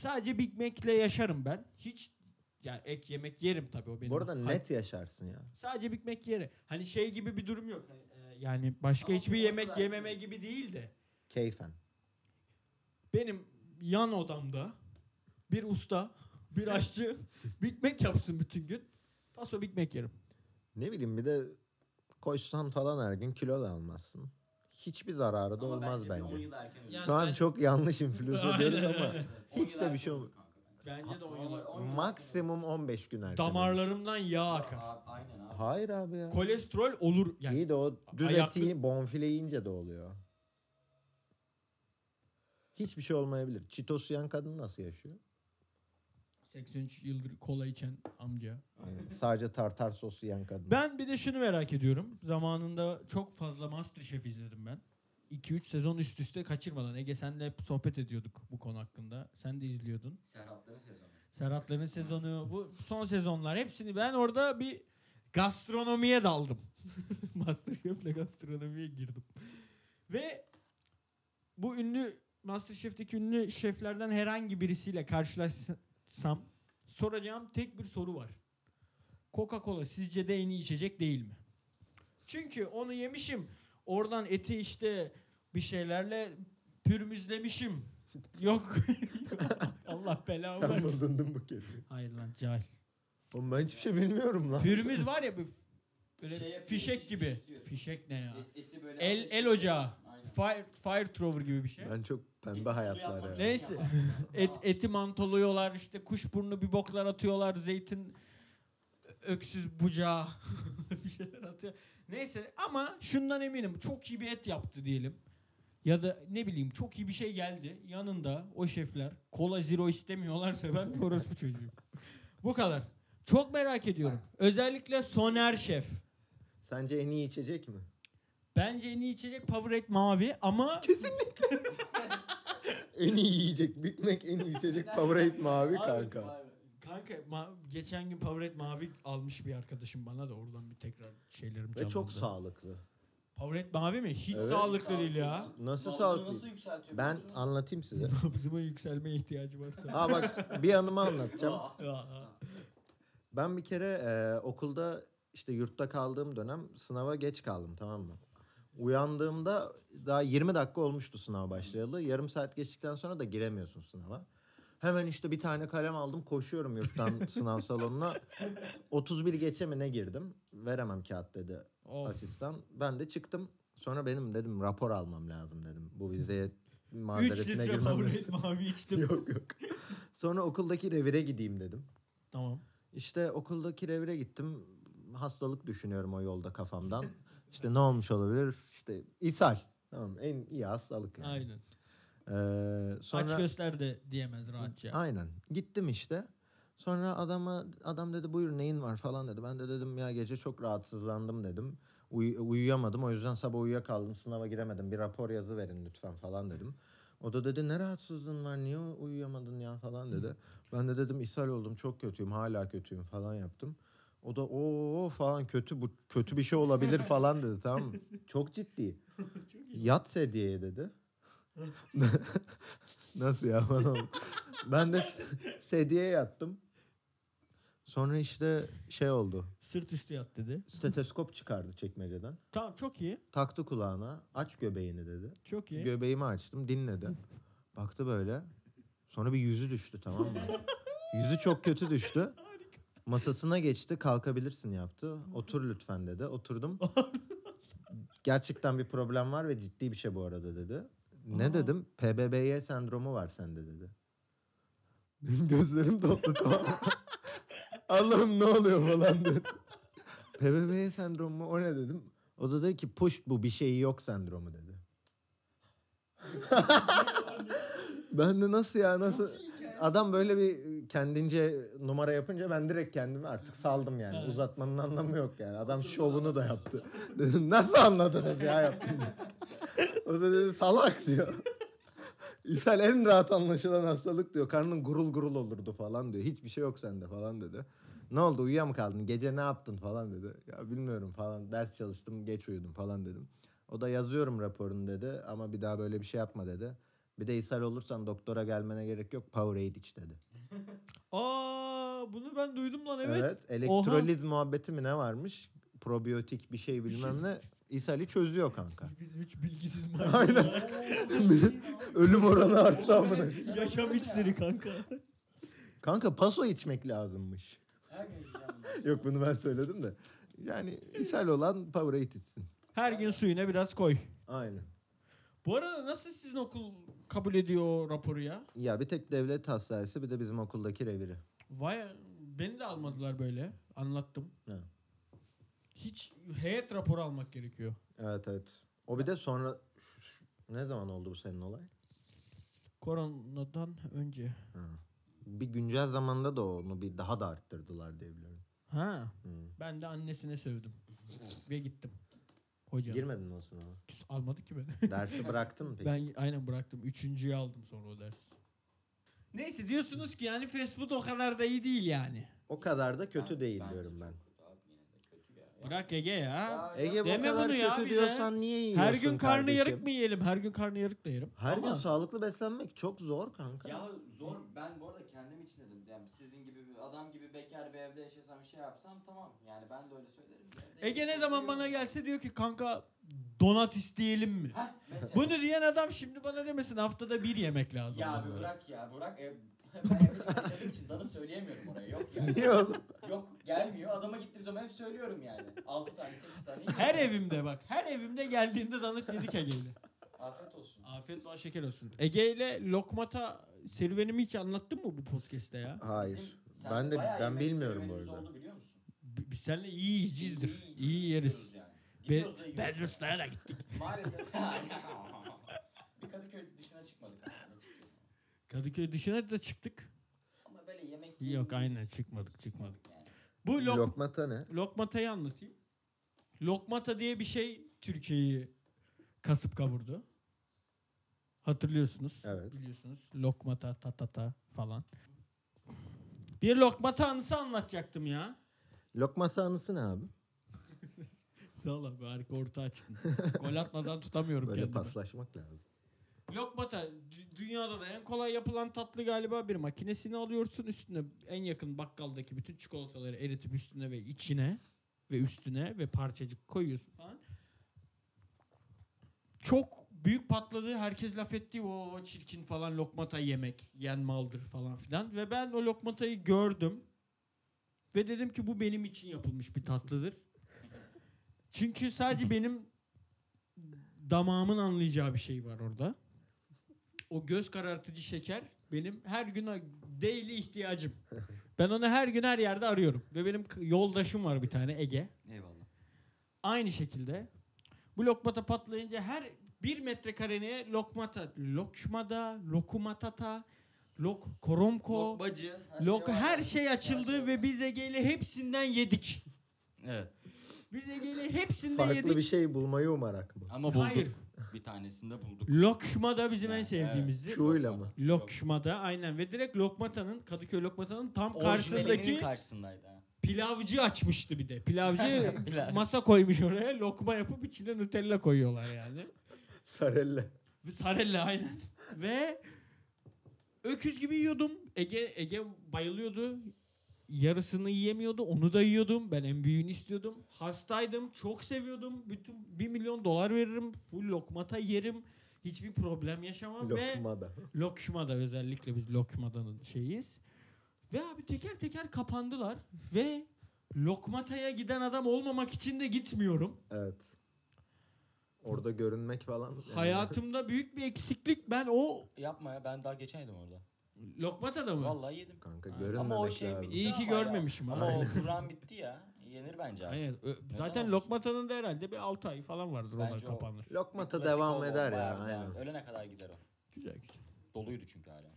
Speaker 2: Sadece Big Mac'le yaşarım ben. Hiç yani ek yemek yerim tabii o benim.
Speaker 1: Bu arada
Speaker 2: Hay-
Speaker 1: net yaşarsın ya.
Speaker 2: Sadece Big Mac yeri. Hani şey gibi bir durum yok. Hani, e, Yani başka
Speaker 3: Ama
Speaker 2: hiçbir
Speaker 3: bu
Speaker 2: yemek
Speaker 3: arada-
Speaker 2: yememe gibi değil de.
Speaker 1: Keyfen.
Speaker 2: Benim yan odamda bir usta, bir aşçı Big Mac yapsın bütün gün. Paso Big Mac yerim.
Speaker 1: Ne bileyim bir de koşsan falan her gün kilo da almazsın. Hiçbir zararı da
Speaker 3: Ama
Speaker 1: olmaz
Speaker 3: bence. bir
Speaker 1: bence.
Speaker 3: 10 yıl erken öldü.
Speaker 2: Yani
Speaker 1: Şu an
Speaker 2: ben-
Speaker 1: çok yanlış influence ediyoruz
Speaker 2: Aynen.
Speaker 1: ama hiç de bir şey olmadı.
Speaker 3: olmuyor kanka bence.
Speaker 2: Bence de
Speaker 3: Ha,
Speaker 2: oyun.
Speaker 3: on- on yıl
Speaker 1: maksimum 15 gün erken. ölmüş.
Speaker 2: Damarlarımdan yağ
Speaker 3: erken öldü.
Speaker 2: akar.
Speaker 3: Aa, Aynen abi.
Speaker 1: Hayır abi ya.
Speaker 2: Kolesterol olur yani.
Speaker 1: İyi de o düz
Speaker 2: ayaklı-
Speaker 1: eti bonfile yiyince de oluyor. Hiçbir şey olmayabilir. Çitos yiyen kadın nasıl yaşıyor?
Speaker 2: 83 yıldır kola içen amca.
Speaker 1: Yani sadece tartar sosu yiyen kadın.
Speaker 2: Ben bir de şunu merak ediyorum. Zamanında çok fazla Masterchef izledim ben. 2-3 sezon üst üste kaçırmadan. Ege senle hep sohbet ediyorduk bu konu hakkında. Sen de izliyordun.
Speaker 3: Serhatların sezonu.
Speaker 2: Serhatların sezonu, bu son sezonlar hepsini ben orada bir gastronomiye daldım. Masterchef'le gastronomiye girdim. Ve bu ünlü Masterchef'teki ünlü şeflerden herhangi birisiyle karşılaşsam soracağım tek bir soru var. Coca-Cola sizce de en iyi içecek değil mi? Çünkü onu yemişim. Oradan eti işte bir şeylerle pürmüzlemişim. Yok. Allah belamı
Speaker 1: Sen
Speaker 2: versin.
Speaker 1: mızındın bu kere.
Speaker 2: Hayır lan cahil.
Speaker 1: Oğlum ben hiçbir şey bilmiyorum lan.
Speaker 2: Pürümüz var ya bu böyle
Speaker 3: Şey yapıyor,
Speaker 2: fişek
Speaker 3: iç-
Speaker 2: gibi.
Speaker 3: içiyor.
Speaker 2: Fişek ne ya?
Speaker 3: Es- Eti böyle
Speaker 2: El-
Speaker 3: ateşle
Speaker 2: el ocağı.
Speaker 3: şey- Aynen.
Speaker 2: Fire, fire thrower gibi bir şey.
Speaker 1: Ben çok
Speaker 3: Eti
Speaker 1: pembe
Speaker 3: suya
Speaker 1: hayatlar
Speaker 3: atmak
Speaker 1: ya.
Speaker 3: için
Speaker 2: Neyse.
Speaker 3: yapan.
Speaker 2: Et,
Speaker 3: Aa,
Speaker 2: eti mantoluyorlar işte kuşburnu bir boklar atıyorlar zeytin ö- öksüz bucağı bir şeyler atıyor. Neyse ama şundan eminim çok iyi bir et yaptı diyelim. Ya da ne bileyim çok iyi bir şey geldi. Yanında o şefler kola zero istemiyorlarsa ben bir orospu çocuğum. Bu kadar. Çok merak ediyorum. Özellikle Soner Şef.
Speaker 1: Sence en iyi içecek mi?
Speaker 2: Bence en iyi içecek Powerade mavi ama
Speaker 1: En iyi yiyecek. Big Mac en iyi içecek. Powerade mavi kanka.
Speaker 3: Vay be.
Speaker 2: kanka ma- geçen gün Powerade mavi almış bir arkadaşım bana da oradan bir tekrar şeylerim
Speaker 1: Ve
Speaker 2: canlandı.
Speaker 1: çok sağlıklı.
Speaker 2: Powerade mavi mi? Hiç
Speaker 1: Evet.
Speaker 2: sağlıklı değil ya.
Speaker 1: Nasıl
Speaker 3: Nabzını
Speaker 1: sağlıklı?
Speaker 3: Nasıl yükseltiyor?
Speaker 1: Ben
Speaker 3: biliyor musun?
Speaker 1: anlatayım size.
Speaker 2: Nabzıma yükselmeye ihtiyacı varsa.
Speaker 1: Aa bak bir anımı anlatacağım.
Speaker 3: Aa,
Speaker 2: Ya.
Speaker 1: Ben bir kere e, okulda işte yurtta kaldığım dönem sınava geç kaldım tamam mı? Uyandığımda daha 20 dakika olmuştu sınava başlayalı. Yarım saat geçtikten sonra da giremiyorsun sınava. Hemen işte bir tane kalem aldım koşuyorum yurttan sınav salonuna. 31 geçe mi ne girdim? Veremem kağıt dedi
Speaker 2: Of.
Speaker 1: asistan. Ben de çıktım. Sonra benim dedim rapor almam lazım dedim. Bu vizeye
Speaker 2: 3
Speaker 1: mazeretine
Speaker 2: litre
Speaker 1: girmem
Speaker 2: Powerade
Speaker 1: lazım.
Speaker 2: mavi içtim.
Speaker 1: yok yok. Sonra okuldaki revire gideyim dedim.
Speaker 2: Tamam.
Speaker 1: İşte okuldaki revire gittim. Hastalık düşünüyorum o yolda kafamdan. İşte ne olmuş olabilir? İşte ishal. Tamam en iyi hastalık yani.
Speaker 2: Aynen.
Speaker 1: Ee, sonra...
Speaker 2: Aç göster de diyemez rahatça.
Speaker 1: Aynen. Gittim işte. Sonra adama adam dedi buyur neyin var falan dedi. Ben de dedim ya gece çok rahatsızlandım dedim. Uy- uyuyamadım o yüzden sabah uyuyakaldım sınava giremedim bir rapor yazı verin lütfen falan dedim. O da dedi ne rahatsızlığın var niye uy- uyuyamadın ya falan dedi. Ben de dedim ishal oldum çok kötüyüm hala kötüyüm falan yaptım. O da o falan kötü bu kötü bir şey olabilir falan dedi tamam mı? Çok ciddi. Yat sedyeye dedi. Nasıl ya? Bana bak. ben de s- sedyeye yattım. Sonra işte şey oldu.
Speaker 2: Sırt üstü yat dedi.
Speaker 1: Steteskop çıkardı çekmeceden.
Speaker 2: Tamam çok iyi.
Speaker 1: Taktı kulağına. Aç göbeğini dedi.
Speaker 2: Çok iyi.
Speaker 1: Göbeğimi açtım dinledi. Baktı böyle. Sonra bir yüzü düştü tamam mı? yüzü çok kötü düştü. Masasına geçti kalkabilirsin yaptı. Otur lütfen dedi. Oturdum. Gerçekten bir problem var ve ciddi bir şey bu arada dedi. Ne
Speaker 2: Aa.
Speaker 1: dedim? PBBY sendromu var sende dedi. Benim gözlerim doldu tamam mı? Allah'ım ne oluyor falan dedi. PBBY sendromu mu? o ne dedim. O da dedi ki push bu bir şeyi yok sendromu dedi. ben de nasıl ya nasıl? Adam böyle bir kendince numara yapınca ben direkt kendimi artık saldım yani. Uzatmanın anlamı yok yani. Adam şovunu da yaptı. Dedim nasıl anladınız ya yaptım. o da dedi salak diyor. İshal en rahat anlaşılan hastalık diyor. Karnın gurul gurul olurdu falan diyor. Hiçbir şey yok sende falan dedi. Ne oldu uyuya mı kaldın? Gece ne yaptın falan dedi. Ya bilmiyorum falan. Ders çalıştım geç uyudum falan dedim. O da yazıyorum raporunu dedi ama bir daha böyle bir şey yapma dedi. Bir de ishal olursan doktora gelmene gerek yok. Powerade iç dedi.
Speaker 2: Aa bunu ben duydum lan evet.
Speaker 1: Evet. elektroliz muhabbeti mi ne varmış? Probiyotik bir şey bilmem ne. İshali çözüyor kanka.
Speaker 2: Biz üç bilgisiz
Speaker 1: Aynen.
Speaker 2: maymunlar.
Speaker 1: Ölüm oranı arttı amına. koyayım.
Speaker 2: Yaşam iksiri kanka.
Speaker 1: Kanka paso içmek lazımmış.
Speaker 3: Her gün yiyeceğim bunu.
Speaker 1: Yok bunu ben söyledim de. Yani ishal olan Powerade içsin.
Speaker 2: Her gün suyuna biraz koy.
Speaker 1: Aynen.
Speaker 2: Bu arada nasıl sizin okul kabul ediyor o raporu ya?
Speaker 1: Ya bir tek devlet hastanesi bir de bizim okuldaki reviri.
Speaker 2: Vay beni de almadılar böyle. Anlattım.
Speaker 1: Ha.
Speaker 2: Hiç heyet raporu almak gerekiyor.
Speaker 1: Evet evet. O bir de sonra şu- şu- ne zaman oldu bu senin olay?
Speaker 2: Koronadan önce.
Speaker 1: Bir güncel zamanda da onu bir daha da arttırdılar diye biliyorum. Hmm.
Speaker 2: Ha.
Speaker 1: Hı.
Speaker 2: Ben de annesine sövdüm. Ve gittim. Hocam.
Speaker 1: Girmedin mi o sınava.
Speaker 2: Almadı ki beni.
Speaker 1: Dersi bıraktın mı peki?
Speaker 2: Ben aynen bıraktım. Üçüncüyü aldım sonra o ders. Neyse diyorsunuz ki yani fast food o kadar da iyi değil yani.
Speaker 1: O kadar da kötü
Speaker 3: Ben-
Speaker 1: değil
Speaker 3: bence
Speaker 1: diyorum ben.
Speaker 3: çok kötü abi, yine de kötü ya. Ya-
Speaker 2: Bırak Ege ya.
Speaker 3: Ya-
Speaker 1: Ege bu
Speaker 2: şey- Deme
Speaker 1: kadar
Speaker 2: bunu ya
Speaker 1: kötü
Speaker 2: bize.
Speaker 1: diyorsan niye yiyorsun
Speaker 2: Her gün karnı
Speaker 1: kardeşim?
Speaker 2: yarık mı yiyelim? Her gün karnı yarık da yerim.
Speaker 1: Her
Speaker 2: Ama
Speaker 1: gün sağlıklı beslenmek çok zor kanka.
Speaker 3: Ya zor. Ben bu arada kendim için dedim. Yani sizin gibi bir adam gibi bekar bir evde yaşasam bir şey yapsam tamam. Yani ben de öyle söylerim. Evde
Speaker 2: Ege ne
Speaker 3: yemek
Speaker 2: zaman
Speaker 3: yiyorum.
Speaker 2: bana gelse diyor ki kanka donat isteyelim mi?
Speaker 3: Heh, mesela.
Speaker 2: Bunu diyen adam şimdi bana demesin haftada bir yemek lazım.
Speaker 3: Ya abi
Speaker 2: bana.
Speaker 3: bırak ya bırak. Ev... ben evde yaşadığım için dalı söyleyemiyorum oraya. Yok yani.
Speaker 1: Niye oğlum?
Speaker 3: Yok gelmiyor. Adama gittiğim zaman hep söylüyorum yani. 6 tane 8 tane. yiyor.
Speaker 2: Her evimde bak. Her evimde geldiğinde donat yedik Ege'yle.
Speaker 3: Afiyet olsun.
Speaker 2: Afiyet bal şeker olsun. Ege ile lokmata serüvenimi hiç anlattın mı bu podcast'te ya?
Speaker 1: Hayır.
Speaker 3: Bizim- sen
Speaker 1: Ben de
Speaker 3: bayağı
Speaker 1: ben
Speaker 3: yemek
Speaker 1: bilmiyorum bu
Speaker 3: serüvenimiz
Speaker 1: arada.
Speaker 3: Oldu biliyor musun?
Speaker 2: B- Biz seninle iyi yiyicizdir.
Speaker 3: Biz
Speaker 2: İyi yeriz.
Speaker 3: yiyoruz yani.
Speaker 2: Be
Speaker 3: Gidiyoruz da yiyoruz.
Speaker 2: Bedrüstlere de gittik.
Speaker 3: Maalesef. bir Kadıköy dışına çıkmadık. aslında.
Speaker 2: Kadıköy dışına da çıktık.
Speaker 3: Ama böyle yemek
Speaker 2: Yok
Speaker 3: yiyebiliriz.
Speaker 2: aynen çıkmadık çıkmadık.
Speaker 3: Yani.
Speaker 2: Bu lok
Speaker 1: Lokmata ne?
Speaker 2: lokmatayı anlatayım. Lokmata diye bir şey Türkiye'yi kasıp kavurdu. Hatırlıyorsunuz.
Speaker 1: Evet.
Speaker 2: Biliyorsunuz. Lokmata, tatata falan. Bir lokmata anısı anlatacaktım ya.
Speaker 1: Lokmata anısı ne abi?
Speaker 2: Sağ ol abi harika orta açtın. Gol atmadan tutamıyorum
Speaker 1: Böyle
Speaker 2: kendimi.
Speaker 1: paslaşmak lazım.
Speaker 2: Lokmata dü- dünyada da en kolay yapılan tatlı galiba bir makinesini alıyorsun üstüne en yakın bakkaldaki bütün çikolataları eritip üstüne ve içine ve üstüne ve parçacık koyuyorsun falan. Çok büyük patladı. Herkes laf etti. O çirkin falan lokmata yemek. Yen maldır falan filan. Ve ben o lokmatayı gördüm. Ve dedim ki bu benim için yapılmış bir tatlıdır. Çünkü sadece benim damağımın anlayacağı bir şey var orada. O göz karartıcı şeker benim her gün daily ihtiyacım. Ben onu her gün her yerde arıyorum. Ve benim k- yoldaşım var bir tane Ege.
Speaker 4: Eyvallah.
Speaker 2: Aynı şekilde bu lokmata patlayınca her bir metrekareye lokmata, lokmada, lokumatata, lok, koromko,
Speaker 3: Lokmacı.
Speaker 2: lok
Speaker 3: var
Speaker 2: her
Speaker 3: yani.
Speaker 2: şey açıldı ve biz Ege'yle hepsinden yedik.
Speaker 4: Evet.
Speaker 2: Biz Ege'yle hepsinde
Speaker 1: Farklı
Speaker 2: yedik.
Speaker 1: bir şey bulmayı umarak mı?
Speaker 4: Ama bulduk.
Speaker 2: Hayır.
Speaker 4: Bir tanesinde bulduk.
Speaker 2: Lokma da bizim en
Speaker 4: Yani,
Speaker 2: sevdiğimizdi.
Speaker 1: Çuğuyla mı?
Speaker 2: Lokma da aynen ve direkt Lokmata'nın Kadıköy Lokmata'nın tam
Speaker 4: Orijinalinin
Speaker 2: karşısındaki
Speaker 4: karşısındaydı. ha.
Speaker 2: pilavcı açmıştı bir de. Pilavcı
Speaker 4: Pilav.
Speaker 2: masa koymuş oraya lokma yapıp içine Nutella koyuyorlar yani.
Speaker 1: Sarelle.
Speaker 2: Ve sarella aynen. Ve öküz gibi yiyordum. Ege Ege bayılıyordu. Yarısını yiyemiyordu. Onu da yiyordum. Ben en büyüğünü istiyordum. Hastaydım. Çok seviyordum. Bütün 1 milyon dolar veririm. Full lokmata yerim. Hiçbir problem yaşamam ve
Speaker 1: Lokmada.
Speaker 2: Lokma'da özellikle biz Lokma'danın şeyiz. Ve abi teker teker kapandılar ve Lokmata'ya giden adam olmamak için de gitmiyorum.
Speaker 1: Evet. Orada görünmek falan. yani.
Speaker 2: Hayatımda büyük bir eksiklik. Ben o
Speaker 4: Yapma ya ben daha geçen yedim orada.
Speaker 2: Lokmata'da mı?
Speaker 4: Vallahi yedim.
Speaker 1: Kanka
Speaker 2: Ama
Speaker 1: görünmemek
Speaker 4: Ama o şey
Speaker 1: lazım.
Speaker 4: bitti
Speaker 2: İyi ki
Speaker 4: ama ya.
Speaker 2: görmemişim
Speaker 4: Ama
Speaker 2: abi.
Speaker 4: o program bitti ya. Yenir bence abi.
Speaker 2: Aynen. Ö- Zaten
Speaker 4: olmuş?
Speaker 2: Lokmata'nın da herhalde bir 6 ay falan vardır ona
Speaker 4: Bence o-
Speaker 2: kapanır.
Speaker 1: Lokmata
Speaker 4: Klasik
Speaker 1: devam
Speaker 4: o,
Speaker 1: eder ya.
Speaker 4: bayağı devam.
Speaker 1: Aynen.
Speaker 4: Ölene kadar gider o.
Speaker 2: Güzel güzel.
Speaker 4: Doluydu çünkü hala.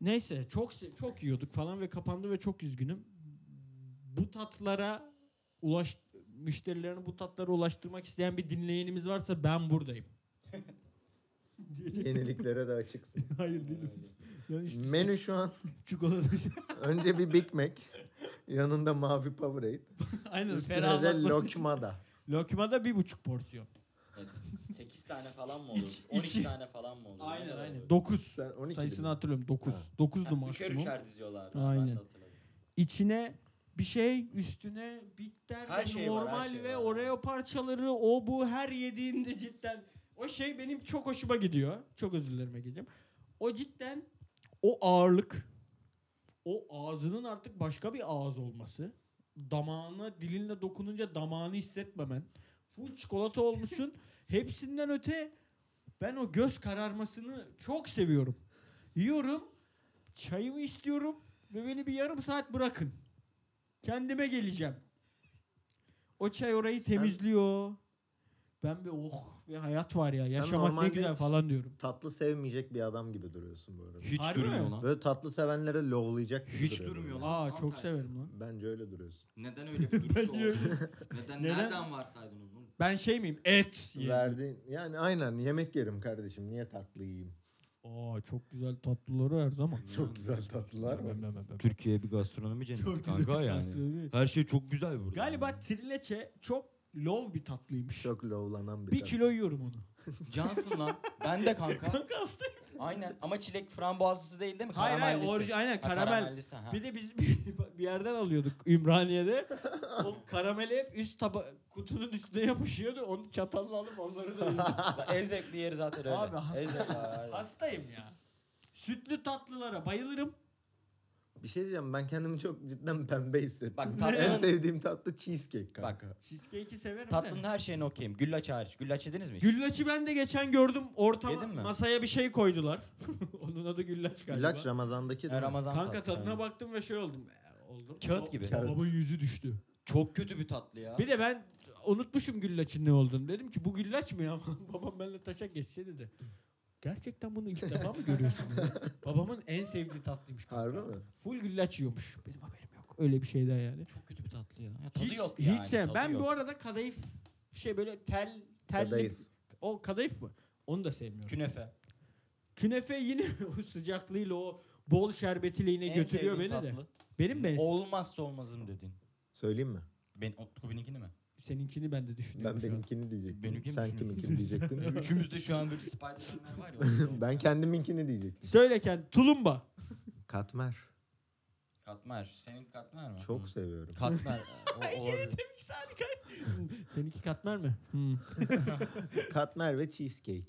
Speaker 2: Neyse çok se- çok yiyorduk falan ve kapandı ve çok üzgünüm. Bu tatlara ulaş müşterilerini bu tatlara ulaştırmak isteyen bir dinleyenimiz varsa ben buradayım.
Speaker 1: Yeniliklere de açıksın.
Speaker 2: Hayır değilim. Yani işte
Speaker 1: Menü şu an
Speaker 2: çikolata.
Speaker 1: önce bir Big Mac. Yanında mavi Powerade.
Speaker 2: Aynen
Speaker 1: Üstüne de
Speaker 2: ferahlatması için.
Speaker 1: lokmada.
Speaker 2: Lokmada bir buçuk porsiyon.
Speaker 4: Evet. 8 tane falan mı olur?
Speaker 2: İki-
Speaker 4: 12
Speaker 2: iki.
Speaker 4: tane falan mı olur? Ne kadar olur?
Speaker 2: Dokuz.
Speaker 1: Sen 12
Speaker 2: Sayısını
Speaker 1: dedin.
Speaker 2: hatırlıyorum.
Speaker 1: Ha.
Speaker 2: Dokuz. Dokuzdu
Speaker 4: Ha, Üçer
Speaker 2: maksimum.
Speaker 4: üçer diziyorlardı.
Speaker 2: Aynen.
Speaker 4: Ben de hatırladım.
Speaker 2: İçine bir şey üstüne bitter
Speaker 4: Her
Speaker 2: ve
Speaker 4: şey var, her
Speaker 2: normal
Speaker 4: şey
Speaker 2: ve
Speaker 4: var.
Speaker 2: oreo parçaları o bu her yediğinde cidden o şey benim çok hoşuma gidiyor. Çok özür dilerim Ege'ciğim. O cidden o ağırlık o ağzının artık başka bir ağız olması damağına dilinle dokununca damağını hissetmemen full çikolata olmuşsun hepsinden öte ben o göz kararmasını çok seviyorum. Yiyorum çayımı istiyorum ve beni bir yarım saat bırakın. Kendime geleceğim. O çay orayı temizliyor. Ben bir oh bir hayat var ya yaşamak ne
Speaker 1: normalde
Speaker 2: güzel
Speaker 1: hiç-
Speaker 2: falan diyorum.
Speaker 1: Tatlı sevmeyecek bir adam gibi duruyorsun bu arada.
Speaker 4: Hiç
Speaker 2: Harbi
Speaker 4: durmuyor
Speaker 2: mi?
Speaker 4: lan.
Speaker 1: Böyle tatlı sevenlere lovlayacak gibi
Speaker 4: Hiç
Speaker 1: duruyor
Speaker 4: durmuyor
Speaker 1: böyle.
Speaker 4: lan.
Speaker 2: Aa
Speaker 4: Tam
Speaker 2: çok
Speaker 4: tersi.
Speaker 2: severim lan.
Speaker 1: Bence öyle duruyorsun.
Speaker 4: Neden öyle bir duruşu
Speaker 2: Bence
Speaker 4: oldu? Neden,
Speaker 2: Neden?
Speaker 4: nereden varsaydın onu?
Speaker 2: Ben şey miyim? Et. yerim.
Speaker 1: Verdiğin yani aynen yemek yerim kardeşim. Niye tatlı yiyeyim?
Speaker 2: Aa çok güzel tatlıları her zaman.
Speaker 1: Çok güzel tatlılar var.
Speaker 4: Türkiye bir gastronomi cenneti kanka
Speaker 2: Gastronomi.
Speaker 4: Her şey çok güzel burada.
Speaker 2: Galiba trileçe çok love bir tatlıymış.
Speaker 1: Çok lovlanan bir,
Speaker 2: bir
Speaker 1: tat.
Speaker 2: kilo yiyorum onu.
Speaker 4: Cansın lan. Ben de kanka.
Speaker 2: Kanka hastayım.
Speaker 4: Aynen. Ama çilek frambuazlısı değil değil mi?
Speaker 2: Hayır hayır
Speaker 4: Karamellisi.
Speaker 2: orijin- aynen
Speaker 4: Ha,
Speaker 2: karamel.
Speaker 4: karamellisi, ha.
Speaker 2: Bir de biz bir, bir yerden alıyorduk Ümraniye'de. o karameli hep üst taba kutunun üstüne yapışıyordu. Onu çatalla alıp onları da yiyorduk.
Speaker 4: en zevkli yeri zaten öyle.
Speaker 2: Abi hasta-
Speaker 4: En zevkli, aynen.
Speaker 2: Hastayım ya. Sütlü tatlılara bayılırım.
Speaker 1: Bir şey diyeceğim ben kendimi çok cidden pembe hissettim.
Speaker 4: Bak
Speaker 1: en
Speaker 4: tatlının,
Speaker 1: sevdiğim tatlı cheesecake
Speaker 4: Bak,
Speaker 1: kanka.
Speaker 2: Cheesecake'i severim
Speaker 4: tatlının
Speaker 2: de.
Speaker 4: her şeyine okeyim. Güllaç hariç. Güllaç yediniz mi hiç?
Speaker 2: Güllaç'ı ben de geçen gördüm. Ortama
Speaker 4: Yedin mi?
Speaker 2: masaya bir şey koydular. Onun adı güllaç galiba.
Speaker 1: İlaç Ramazan'daki
Speaker 4: Ya,
Speaker 1: değil mi?
Speaker 4: Ramazan
Speaker 2: Kanka
Speaker 4: tatlısı,
Speaker 2: tadına
Speaker 4: aynen.
Speaker 2: baktım ve şey oldum. E, Oldum.
Speaker 4: Kağıt
Speaker 2: O-
Speaker 4: gibi.
Speaker 2: Babamın yüzü düştü.
Speaker 4: Çok kötü bir tatlı ya.
Speaker 2: Bir de ben unutmuşum güllaçın ne olduğunu. Dedim ki bu güllaç mı ya? Babam benimle taşa geçse dedi. Gerçekten bunu ilk defa mı görüyorsun? dedi. Babamın en sevdiği tatlıymış kanka.
Speaker 1: Harbi mi?
Speaker 2: Full güllaç yiyormuş. Benim haberim yok. Öyle bir şeyden yani.
Speaker 4: Çok kötü bir tatlı ya. Ya tadı
Speaker 2: hiç,
Speaker 4: yok
Speaker 2: hiç
Speaker 4: yani.
Speaker 2: sevmem.
Speaker 4: tadı
Speaker 2: Ben
Speaker 4: yok.
Speaker 2: bu arada kadayıf şey böyle tel telli
Speaker 1: Kadayıf.
Speaker 2: o kadayıf mı? Onu da sevmiyorum.
Speaker 4: Künefe.
Speaker 2: Künefe yine o sıcaklığıyla o bol şerbetiyle yine
Speaker 4: En
Speaker 2: götürüyor beni
Speaker 4: sevdiğim
Speaker 2: de.
Speaker 4: tatlı.
Speaker 2: Benim de en-
Speaker 4: Olmazsa olmazım dedin.
Speaker 1: Söyleyeyim mi?
Speaker 4: Ben Utku benimkini mi?
Speaker 2: seninkini ben de düşünüyorum.
Speaker 1: Ben
Speaker 2: şu an.
Speaker 1: benimkini diyecektim.
Speaker 4: Benimkini mi
Speaker 1: Sen
Speaker 4: düşünüyorsun?
Speaker 1: kiminkini diyecektin?
Speaker 4: Üçümüz de şu an böyle Spider-Man'ler var ya.
Speaker 1: ben kendiminkini diyecektim.
Speaker 2: Söyleken tulumba.
Speaker 1: Katmer.
Speaker 3: Katmer. Senin katmer mi?
Speaker 1: Çok seviyorum.
Speaker 3: Katmer. o, o,
Speaker 2: Seninki katmer mi? Hmm.
Speaker 1: Katmer ve cheesecake.